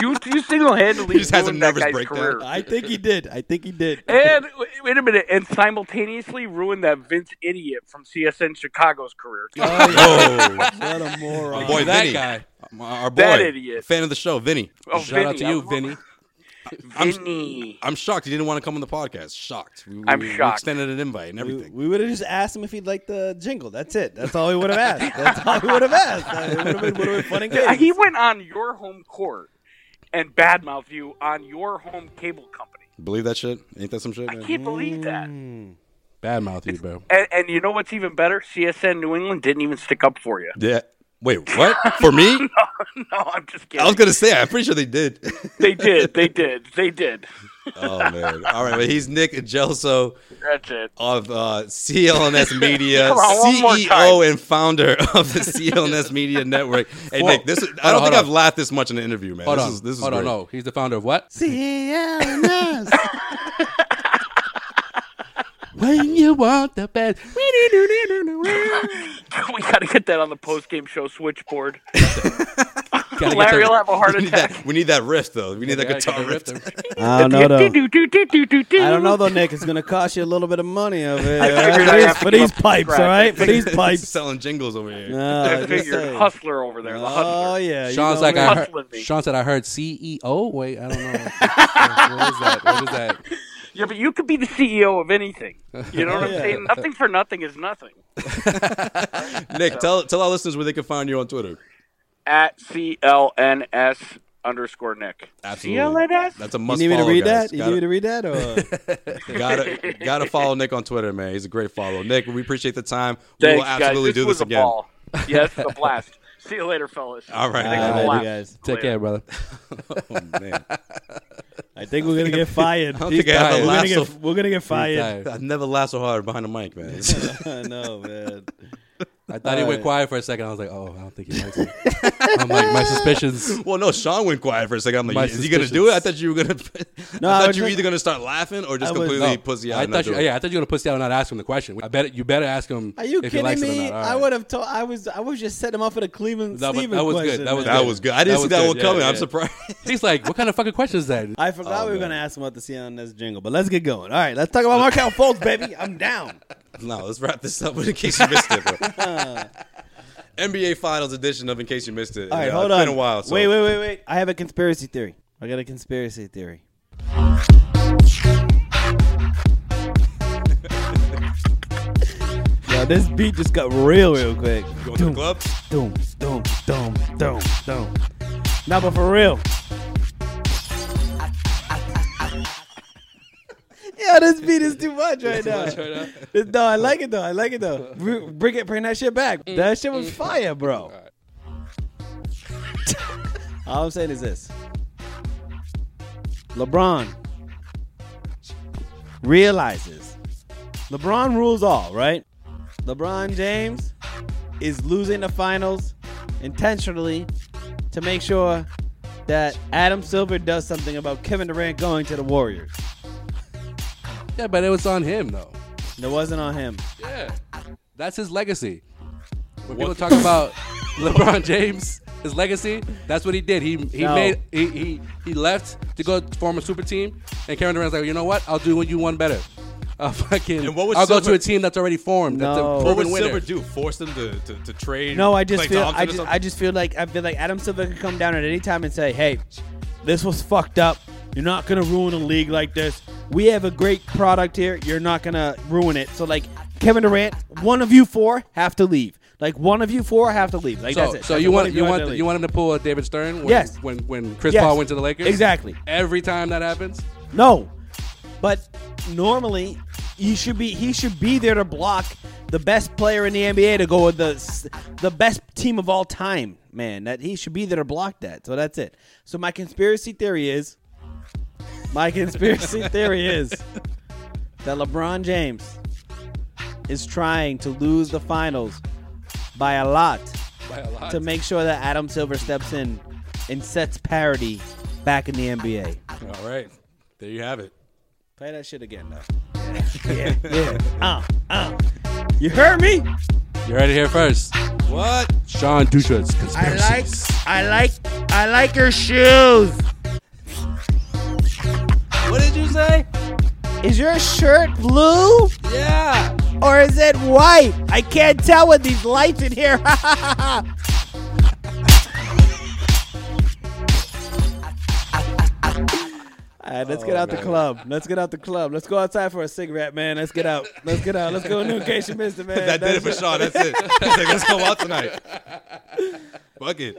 You you single handedly He just has a ruined that nervous guy's breakdown. career. I think he did. I think he did. And wait- wait a minute, and simultaneously ruined that Vince idiot from CSN Chicago's career. too. Oh, What a moron. our boy that Vinny. guy. Our boy. That idiot. Fan of the show, Vinny. Oh, Shout out Vinny, to I you, love- Vinny. Vinny. I'm shocked he didn't want to come on the podcast. Shocked. We, I'm we- we shocked. extended an invite and We, everything. would have just asked him if he'd like the jingle. That's it. That's all we would have asked. That's all we would have asked. Like, It would have been, would have been fun and games. He went on your home court and badmouth you on your home cable company. Believe that shit? Ain't that some shit? I man? can't believe that. badmouth you, bro. And, and you know what's even better? CSN New England didn't even stick up for you. Yeah. Wait, what? For me? no, no, I'm just kidding. I was gonna say. I'm pretty sure they did. They did. They did. They did. oh man! All right, but he's Nick Gelso That's it. of uh, CLNS Media, Come on, one more CEO and founder of the CLNS Media Network. Hey Whoa. Nick, this is, I Hold don't on, think hold I've laughed this much in an interview, man. Hold this on. is this is Hold on. great. No, he's the founder of what? CLNS. when you want the best. we got to get that on the post game show switchboard. Gotta get Larry the- will have a heart we need that- attack. we need that riff though. We need Yeah, that guitar gotta riff. get the I don't know I though. uh, I don't know though, Nick. It's gonna cost you a little bit of money over here. I figured for I'd these, have to for give these up the pipes, all scratch. right? For these pipes. selling jingles over here. No, I just figured saying. hustler over there. The hustler. Oh yeah, you Sean's know like me. I heard. Hustling me. Sean said I heard CEO. Wait, I don't know. what is that? What is that? Yeah, but you could be the CEO of anything. You know what I'm Yeah. saying? Nothing for nothing is nothing. Nick, tell tell our listeners where they can find you on Twitter. At CLNS underscore Nick. Absolutely. CLNS? That's a You must. need me to follow, read guys. that? You Gotta- need me to read that? Or Oh, gotta gotta follow Nick on Twitter, man. He's a great follow. Nick, we appreciate the time. we will Thanks, guys. absolutely This do was this a again. ball. Yes, a blast. See you later, fellas. All right. Thanks for the All right, laugh. you guys. Take care, brother. Oh man, I think we're gonna get fired. don't These think I have a guys, we're, gonna laugh get, so- we're gonna get fired. Tired. I've never laughed so hard behind a mic, man. I know, man. I thought he went quiet for a second. I was like, oh, I don't think he likes me. I'm like, my suspicions. well, no, Sean went quiet for a second. I'm like, My is he gonna do suspicions. it? I thought you were gonna. No, I I thought was you were just- either gonna start laughing or just I was- completely No. pussy out. I and not thought you. do it. Yeah, I thought you were gonna pussy out and not ask him the question. I bet you better ask him. Are you if he kidding likes it or me? not. All I right. would have told. I was. I was just setting him up for the Cleveland That was- Steven that was good. question. That was man. That was good. I didn't That see was that good. one Yeah, coming. I'm yeah. surprised. He's like, what kind of fucking question is that? I forgot Oh, we were man. gonna ask him about the CLNS jingle, but let's get going. All right, let's talk about Markel Fultz, baby. I'm down. No, let's wrap this up in case you missed it. bro. NBA Finals edition of In Case You Missed It. All right, Yeah, hold it's on. Been a while. So. Wait, wait, wait, wait. I have a conspiracy theory. I got a conspiracy theory. Yo, this beat just got real, real quick. Going to the club? Doom, doom, doom, doom, doom. Nah, but for real. Yo, this beat is too much right now. This- No, I like it though. I like it though. Br- Bring it, bring that shit back. That shit was fire, bro. All I'm saying is this: LeBron realizes LeBron rules all, right? LeBron James is losing the finals intentionally to make sure that Adam Silver does something about Kevin Durant going to the Warriors. Yeah, but it was on him though. It wasn't on him. Yeah, that's his legacy. When people talk about LeBron James, his legacy, that's what he did. He he No. made he, he he left to go form a super team, and Kevin Durant's like, you know what? I'll do what you one better. I'll fucking. And what would I'll go Silver- to a team that's already formed. That's No. a What What would proven winner. Silver do? Force them to, to, to trade? Oh. No, I just Klay feel Thompson I or just something? I just feel like I feel like Adam Silver could come down at any time and say, "Hey, this was fucked up. You're not gonna ruin a league like this. We have a great product here. You're not gonna ruin it." So like Kevin Durant, one of you four have to leave. Like one of you four have to leave. Like So, that's it. so That's you it. One want of you have want to leave. you want him to pull a David Stern? When, Yes. When when Chris Yes. Paul went to the Lakers, Exactly. Every time that happens, No, but normally you should be he should be there to block the best player in the NBA to go with the s- the best team of all time. Man, that he should be there to block that. So that's it. So my conspiracy theory is, my conspiracy theory is that LeBron James is trying to lose the finals by a lot by a lot. to make sure that Adam Silver steps in and sets parity back in the NBA. All right. There you have it. Play that shit again, though. Yeah, yeah, yeah. Uh, uh. You heard me? You heard it here first. What? Sean Dutra's conspiracy. I like, I like your shoes. What did you say? Is your shirt blue Yeah. or is it white? I can't tell with these lights in here. All right, let's Oh, get out the club. Let's get out the club. Let's go outside for a cigarette, man. Let's get out. Let's get out. Let's go in in case you missed it, man. That did it for Sean. That's it. He's like, let's go out tonight. Fuck it.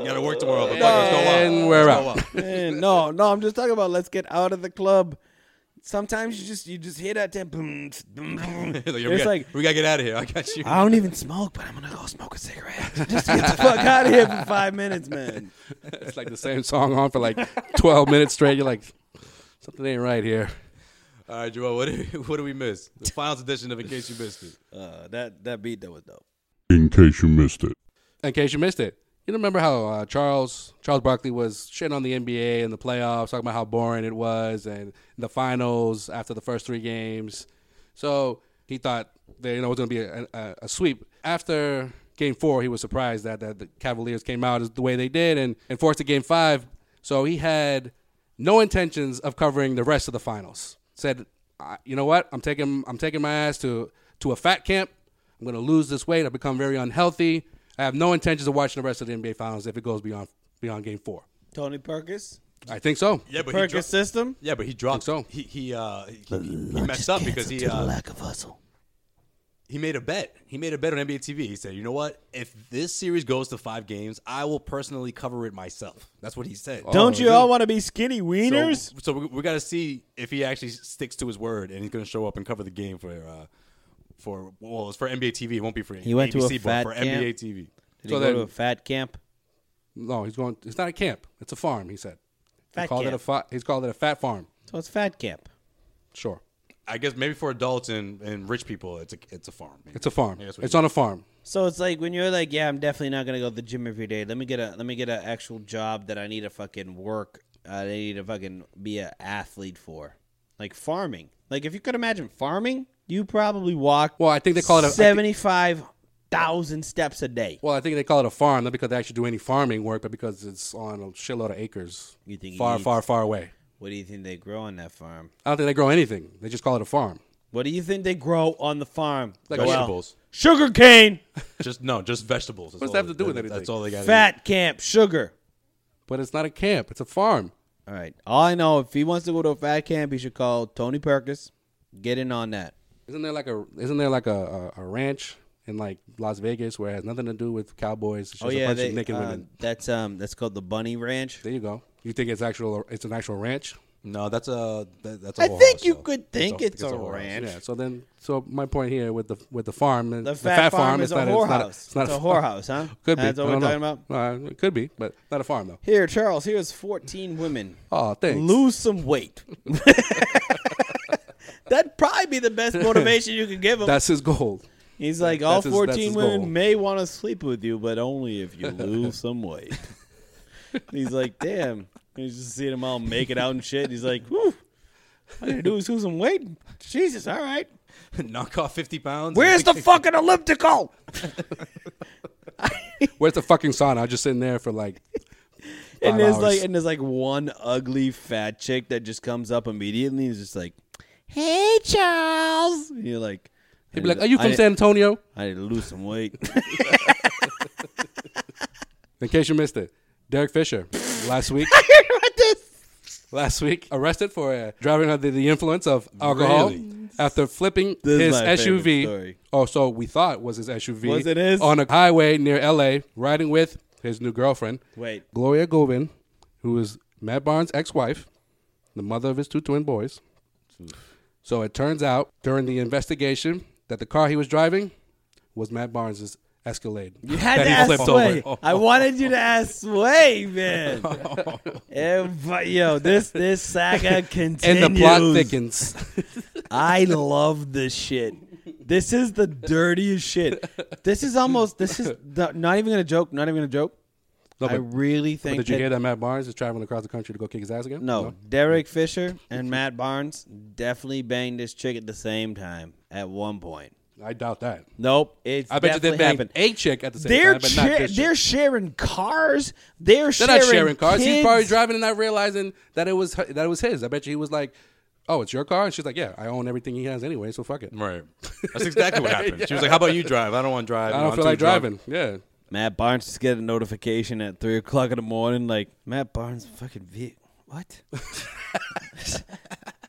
You got to work tomorrow, but fuck it, let's go out. And we're Let's go out. Man, no, no, I'm just talking about let's get out of the club. Sometimes you just you just hear that damn boom, tss, boom, boom. Like, we it's gotta- like we gotta get out of here. I got you. I don't even smoke, but I'm gonna go smoke a cigarette just to get the fuck out of here for five minutes, man. It's like the same song on for like 12 minutes straight. You're like, something ain't right here. All right, Joel, what do, what do we miss? The finals edition of In Case You Missed It. Uh, that that beat that was dope. In case you missed it. In case you missed it, you remember how uh, Charles Charles Barkley was shitting on the NBA and the playoffs, talking about how boring it was, and the finals after the first three games. So he thought there you know it was going to be a, a, a sweep. After Game Four, he was surprised that, that the Cavaliers came out as the way they did and, and forced a Game Five. So he had no intentions of covering the rest of the finals. Said, "I- you know what? I'm taking I'm taking my ass to to a fat camp. I'm going to lose this weight. I become very unhealthy. I have no intentions of watching the rest of the NBA finals if it goes beyond beyond Game Four. Tony Perkins. I think so. Yeah, but Perkins he dropped, system. Yeah, but he dropped. So he he uh, he, he- he messed up because he uh, of hustle. he made a bet. He made a bet on NBA TV. He said, "You know what? If this series goes to five games, I will personally cover it myself." That's what Oh, he said. Oh. Don't you all want to be skinny So- wieners? So, we, we got to see if he actually sticks to his word and he's going to show up and cover the game for uh, for well, it's for NBA TV. It won't be for He went to ABC, a but fat for camp? NBA TV. Did he go to a fat camp? No, he's going. It's not a camp. It's a farm. He said. Fat he called camp. it a fa- He's called it a fat farm. So it's fat camp. Sure. I guess maybe for adults and, and rich people, it's a it's a farm. maybe. It's a farm. Maybe that's what It's he- on a farm. So it's like when you're like, yeah, I'm definitely not gonna go to the gym every day. Let me get a let me get an actual job that I need to fucking work. Uh, I need to fucking be an athlete for, like farming. Like if you could imagine farming, you probably walk. Well, I think they call it a- I thi- seventy five thousand steps a day. Well, I think they call it a farm not because they actually do any farming work, but because it's on a shitload of acres. You think he far, needs- far, far away. What do you think they grow on that farm? I don't think they grow anything. They just call it a farm. What do you think they grow on the farm? Like Joel? vegetables. sugar cane, Just no, just vegetables. That's What's all that have they- to do with that- anything? That's all they got. fat camp, sugar. But it's not a camp. It's a farm. All right. All I know, if he wants to go to a fat camp, he should call Tony Perkins. Get in on that. Isn't there like a isn't there like a, a, a ranch in like Las Vegas where it has nothing to do with cowboys? It's just oh a yeah, bunch they, of naked uh, women. That's um, that's called the Bunny Ranch. There you go. You think it's actual? It's an actual ranch? No, that's a that, that's. a I whole think house, you though. could That's think a- it's a whole house. ranch. Yeah. So then, so my point here with the with the farm, and The the, fat fat farm farm is it's a not whorehouse. It's not, It's a farm. whorehouse, huh? Could be. That's what I don't we're know. talking No, it could be, but not a farm though. Here, Charles. Here's 14 women. Oh, thanks. Lose some weight. That'd probably be the best motivation you could give him. That's his goal. He's like, all That's his- that's 14 his women goal. may want to sleep with you, but only if you lose some weight. he's like, damn. He's just seeing them all make it out and shit. He's like, whew. I gotta lose some weight. Jesus, all right. Knock off fifty pounds. Where's the fucking elliptical? Where's the fucking sauna? I'm just sitting there for like. and five there's hours. like and there's like one ugly fat chick that just comes up immediately and is just like, "Hey, Charles," and you're like, He'd be like, "Are you from San Antonio?" I need to lose some weight. In case you missed it, Derek Fisher last week. Last week, arrested for uh, driving under the influence of alcohol Really? after flipping This is his my favorite SUV. story. Oh, so we thought was his SUV. Was it his? On a highway near LA, riding with his new girlfriend. Wait. Gloria Govin, who is Matt Barnes' ex wife, the mother of his two twin boys. So it turns out during the investigation that the car he was driving was Matt Barnes' Escalade. You had that to he ask flipped Sway. over. I wanted you to ask Sway, man. Everybody- yo, this this saga And continues. the plot thickens. I love this shit. This is the dirtiest shit. This is almost. This is the, not even gonna joke. Not even gonna joke. No, I but- really but think. Did you that- hear that Matt Barnes is traveling across the country to go kick his ass again? No, Derek Fisher and Matt Barnes definitely banged this chick at the same time at one point. I doubt that. Nope, it's I bet you they definitely banged happened. a chick at the same They're time, but not shar- this chick. they're sharing cars. They're, They're sharing not sharing cars. Kids. He's probably driving and not realizing that it was her, that it was his. I bet you he was like, "Oh, it's your car," and she's like, "Yeah, I own everything he has anyway, so fuck it." Right. That's exactly what happened. She was like, "How about you drive? I don't want to drive. I You know, don't I'm feel too like drunk." driving. Yeah. Matt Barnes just get a notification at three o'clock in the morning, like Matt Barnes fucking ve- what?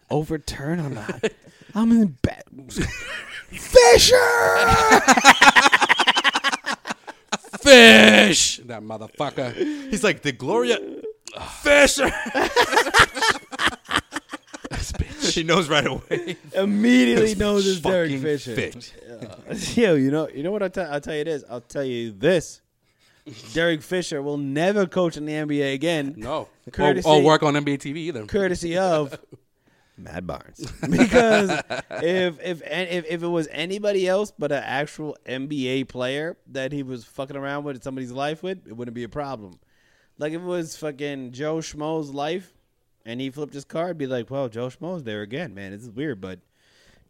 Overturn on that. I'm in bed. Fisher. Fish. That motherfucker. He's like the Gloria Fisher. This bitch. she knows right away. Immediately It's knows it's Derek fucking Fisher. Fitch. Yo, you know, you know what I'll, tell I'll tell you this. I'll tell you this. Derek Fisher will never coach in the NBA again. No, or, courtesy, or work on NBA TV either. courtesy of Mad Barnes. because if if and if if it was anybody else but an actual NBA player that he was fucking around with in somebody's life with, it wouldn't be a problem. Like if it was fucking Joe Schmo's life and he flipped his card, it'd be like, Well, Joe Schmo's there again, man. This is weird, but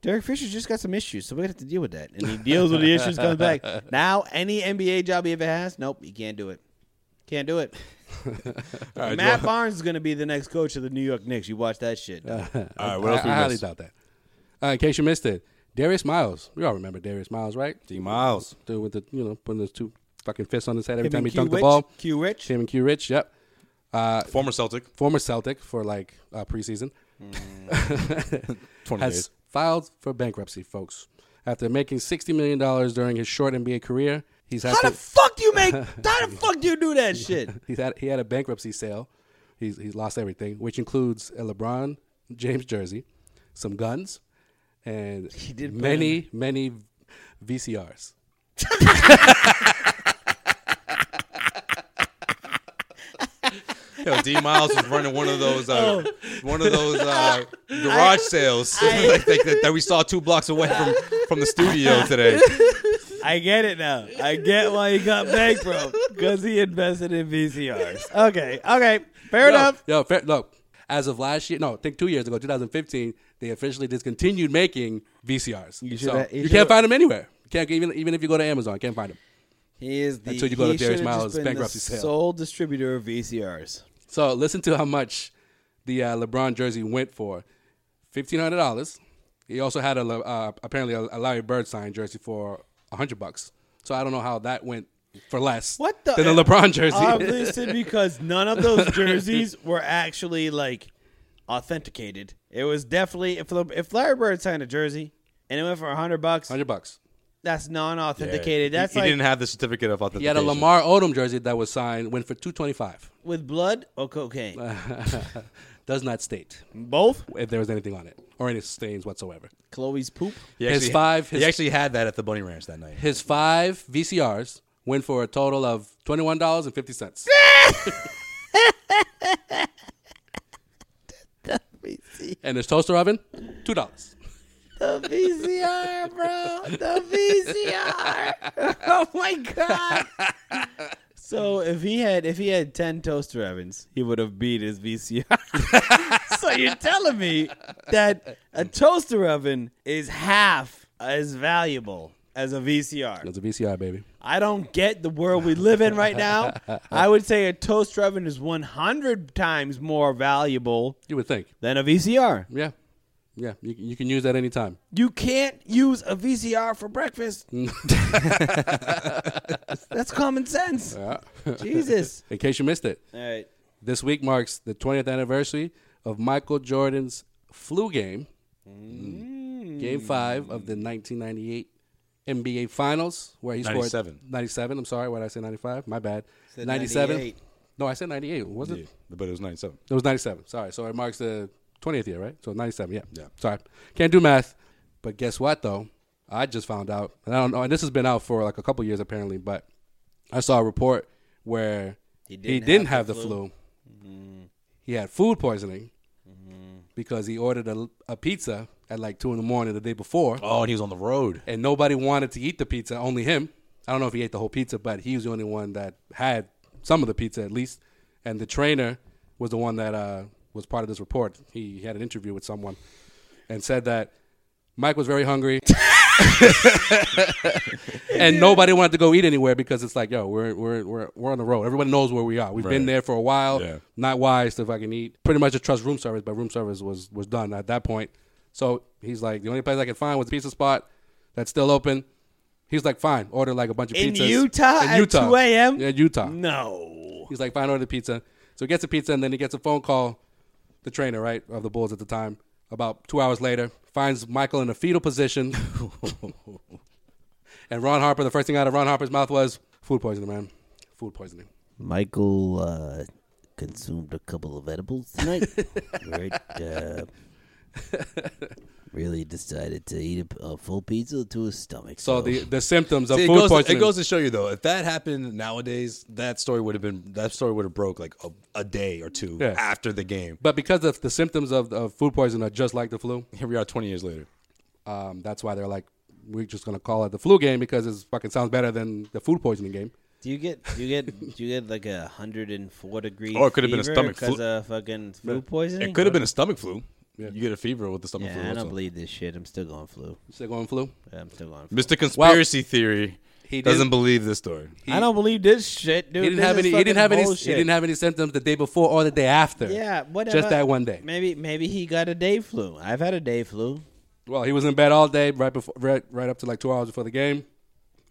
Derek Fisher's just got some issues, so we're gonna have to deal with that. And he deals with the issues, comes back. Now any NBA job he ever has, nope, he can't do it. Can't do it. right, Matt Joe. Barnes is gonna be the next coach of the New York Knicks. You watch that shit. Uh, All right, what else I, we I highly missed? doubt that. Uh, in case you missed it, Darius Miles. We all remember Darius Miles, right? D Miles, dude, with the you know putting his two fucking fists on his head every Him time and he Q dunked the Rich? ball. Q Rich. Him and Q Rich. Yep. Uh, former Celtic. Former Celtic for like uh, preseason. 20 has days. filed for bankruptcy, folks. After making sixty million dollars during his short NBA career, he's had How to, the fuck do you make? How the fuck do you do that shit? he's had he had a bankruptcy sale. He's he's lost everything, which includes a LeBron James jersey, some guns, and he did put many many VCRs. Yo, D Miles was running one of those, uh, Oh. one of those uh, garage sales like, that, that we saw two blocks away from from the studio today. I get it now. I get why he got bankrupt because he invested in VCRs. Okay, okay, fair yo, enough. Yo, fair, look, as of last year, no, I think two years ago, 2015, they officially discontinued making VCRs. You, should've- you, you should've- can't find them anywhere. You can't even even if you go to Amazon, can't find them. He is the Until you go to he Darius should've Miles' just been bankruptcy the sale. sole distributor of VCRs. So listen to how much the uh, LeBron jersey went for: fifteen hundred dollars. He also had a Le- uh, apparently a, a Larry Bird signed jersey for hundred bucks. So I don't know how that went for less What the? than a LeBron jersey. Obviously, because none of those jerseys were actually like authenticated. It was definitely if Le- if Larry Bird signed a jersey and it went for hundred bucks, hundred bucks. that's non-authenticated. Yeah. That's he, like he didn't have the certificate of He authentication. had a Lamar Odom jersey that was signed, went for two twenty five. with blood or cocaine. Does not state Both if there was anything on it or any stains whatsoever. Chloe's poop. He his actually- five. he His, actually had that at the Bunny Ranch that night. his five VCRs went for a total of twenty one dollars and fifty cents. and his toaster oven, two dollars. The VCR, bro. The VCR. Oh my god. So if he had if he had ten toaster ovens, he would have beat his VCR. so you're telling me that a toaster oven is half as valuable as a VCR. That's a VCR, baby. I don't get the world we live in right now. I would say a toaster oven is 100 times more valuable You would think. than a VCR. Yeah. Yeah. You, you can use that anytime. You can't use a VCR for breakfast. That's common sense. Jesus. In case you missed it, All right. this week marks the 20th anniversary of Michael Jordan's flu game, game five of the 1998 NBA Finals, where he scored 97. 97. I'm sorry, why did I say 95? My bad. Said 98. No, I said 98. Was it? but it was 97. It was 97. Sorry. So it marks the 20th year, right? So 97. Yeah. Yeah. Sorry. Can't do math. But guess what, though? I just found out, and I don't know, and this has been out for like a couple years apparently, but I saw a report where he didn't, have, the flu. Mm-hmm. He had food poisoning because he ordered a, a pizza at like 2 in the morning the day before, Oh, and he was on the road. and nobody wanted to eat the pizza, only him. I don't know if he ate the whole pizza, but he was the only one that had some of the pizza at least. And the trainer was the one that uh, was part of this report. He had an interview with someone and said that Mike was very hungry. and nobody wanted to go eat anywhere because it's like, yo, we're we're we're, we're on the road. Everyone knows where we are. We've been Right. there for a while. Yeah. Not wise to fucking eat. Pretty much just trust room service, but room service was was done at that point. So he's like, the only place I could find was a pizza spot that's still open. He's like, fine, order like a bunch of In pizzas Utah at 2 a.m.? Yeah, Utah. No. He's like, fine, order the pizza. So he gets a pizza, and then he gets a phone call, the trainer, right, of the Bulls at the time. About two hours later, finds Michael in a fetal position. and Ron Harper, the first thing out of Ron Harper's mouth was food poisoning, man. Food poisoning. Michael uh, consumed a couple of edibles tonight. right. Uh, really decided to eat a, a full pizza to his stomach. So the the symptoms of Oh. See, it, food goes to, poisoning. it goes to show you though, if that happened nowadays, that story would have been that story would have broke like a, a day or two Yeah. after the game. But because of the symptoms of, of food poisoning are just like the flu, here we are 20 years later. Um, that's why they're like, we're just gonna call it the flu game because it fucking sounds better than the food poisoning game. Do you get do you get do you get like a hundred and four degree? Or Oh, it could have been a fever stomach because flu- of fucking Yeah. food poisoning. It could have been a stomach flu. You get a fever with the stomach yeah, flu. I also. don't believe this shit. I'm still going flu. Still going flu? Yeah, I'm still going. Flu. Mr. Conspiracy Theory he doesn't didn't- believe this story. I don't believe this shit, dude. he didn't This have is any. He didn't fucking have any. He bullshit. didn't have any symptoms the day before or the day after. Yeah, whatever. Just that one day. Maybe maybe he got a day flu. I've had a day flu. Well, he was in bed all day right before, right, right up to like two hours before the game,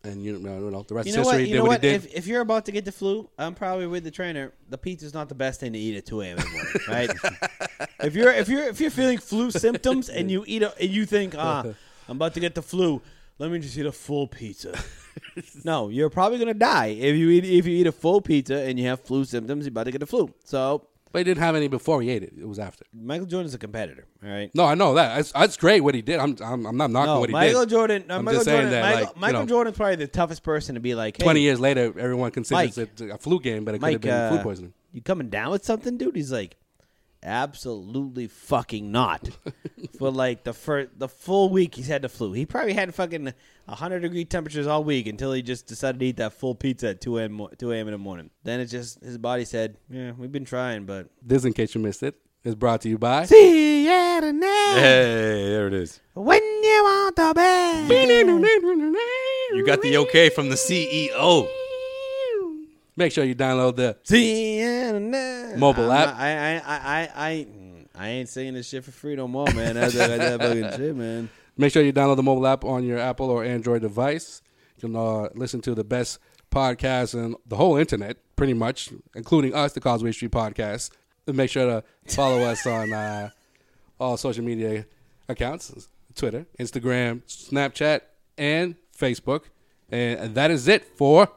and you know, you know the rest You is know history. what? He You did know what, what? he did. If, if you're about to get the flu, I'm probably with the trainer. The pizza's not the best thing to eat at 2 a.m. in the morning, right? if you're if you're if you're feeling flu symptoms and you eat a, and you think ah, I'm about to get the flu, let me just eat a full pizza. no, you're probably gonna die if you eat if you eat a full pizza and you have flu symptoms. You're about to get the flu. So, but he didn't have any before he ate it. It was after. Michael Jordan's a competitor. All right. No, I know that. That's, that's great what he did. I'm, I'm, I'm not knocking No, what he Michael did. Jordan. no, I'm Michael just saying Jordan. that, Michael, like, you Michael know, Jordan's probably the toughest person to be like, hey, 20 years later, everyone considers Mike. it a flu game, but it Mike, could have been uh, food poisoning. You coming down with something, dude? He's like, absolutely fucking not. For like the first, the full week, he's had the flu. He probably had fucking hundred degree temperatures all week until he just decided to eat that full pizza at two a.m. mo- two a.m. in the morning. Then it just his body said, yeah, we've been trying, but This, in case you missed it, is brought to you by. see you tonight Hey, there it is. when you want the best. You got the okay from the CEO. Oh. Make sure you download the. See you tonight. Mobile I'm app. not- I I I I I I ain't saying this shit for free no more, man. That's that, that fucking shit, man. Make sure you download the mobile app on your Apple or Android device. You can uh, listen to the best podcasts and the whole internet, pretty much, including us, the Causeway Street Podcast. And make sure to follow us on uh, all social media accounts Twitter, Instagram, Snapchat, and Facebook. And that is it for.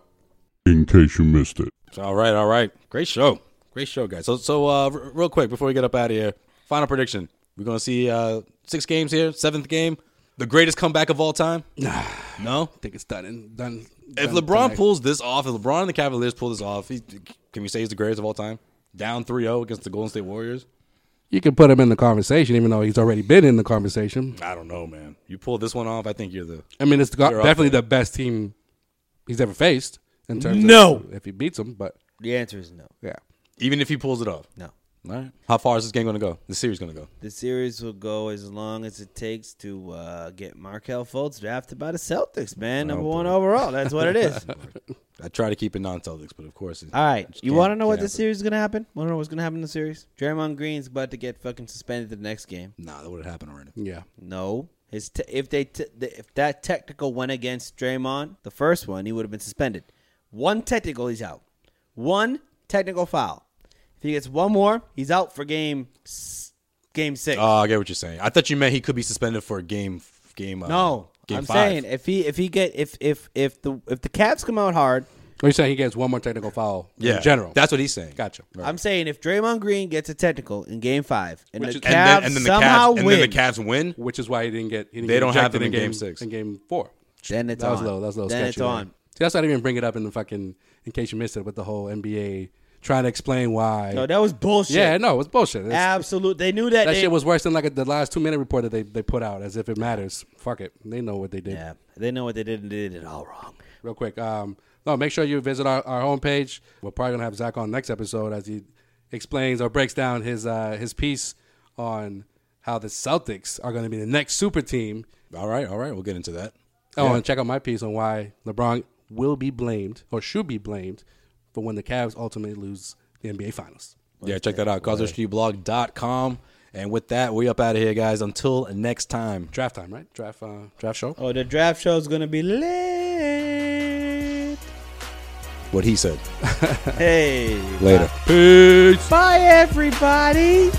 In case you missed it. All right, all right. Great show. Great show, guys. So, so uh, r- real quick before we get up out of here, final prediction. We're going to see uh, six games here, seventh game. The greatest comeback of all time? no? I think it's done. And done If done LeBron tonight. pulls this off, if LeBron and the Cavaliers pull this off, he, can we say he's the greatest of all time? Down 3 0 against the Golden State Warriors? You can put him in the conversation, even though he's already been in the conversation. I don't know, man. You pull this one off, I think you're the. I mean, it's go- you're up definitely there. the best team he's ever faced in terms No. of if he beats him. But The answer is no. yeah, Even if he pulls it off. No. All right. How far is this game going to go? The series going to go? The series will go as long as it takes to uh, get Markel Fultz drafted by the Celtics, man. Number one overall. That's what it is. I try to keep it non Celtics, but of course. It, All right. it You can't- want to know what can't this series is going to happen? Want to know what's going to happen in the series? Draymond Green's about to get fucking suspended the next game. happen. Nah, that would have happened already. yeah. No. His te- if they t- the- if that technical went against Draymond, the first one, he would have been suspended. One technical, he's out. One technical foul. If he gets one more, he's out for game s- game six. Oh, I get what you're saying. I thought you meant he could be suspended for a game. Game. Uh, no, game I'm five. saying if he if he get if if if the if the Cavs come out hard, Are you saying he gets one more technical foul Yeah, in general? That's what he's saying. Gotcha. I'm saying if Draymond Green gets a technical in game five and Which the is- Cavs And then- and then the Cavs- somehow and win, then the Cavs win. Which is why he didn't get. He didn't They get don't have ejected him in game game six. In game four. then it's that was on. low. That was low. Then sketchy it's there. on. See, that's not even bring it up in the fucking. In case you missed it, with the whole NBA trying to explain why. No, that was bullshit. yeah, no, it was bullshit. It's- absolute. They knew that. that they- shit was worse than like the last two minute report that they, they put out, as if it matters. Fuck it, they know what they did. Yeah, they know what they did and they did it all wrong. real quick. Um, no, make sure you visit our, our homepage. We're probably gonna have Zach on next episode as he explains or breaks down his uh, his piece on how the Celtics are gonna be the next super team. All right, all right. We'll get into that. Oh, Yeah. and check out my piece on why LeBron will be blamed or should be blamed for when the Cavs ultimately lose the NBA Finals. Yeah, check that out. CauseWayStreetBlog.com. And with that, we up out of here, guys. Until next time. Draft time, right? Draft uh, draft show. Oh, the draft show's gonna be lit. What he said. Hey, Later. Peace. bye everybody.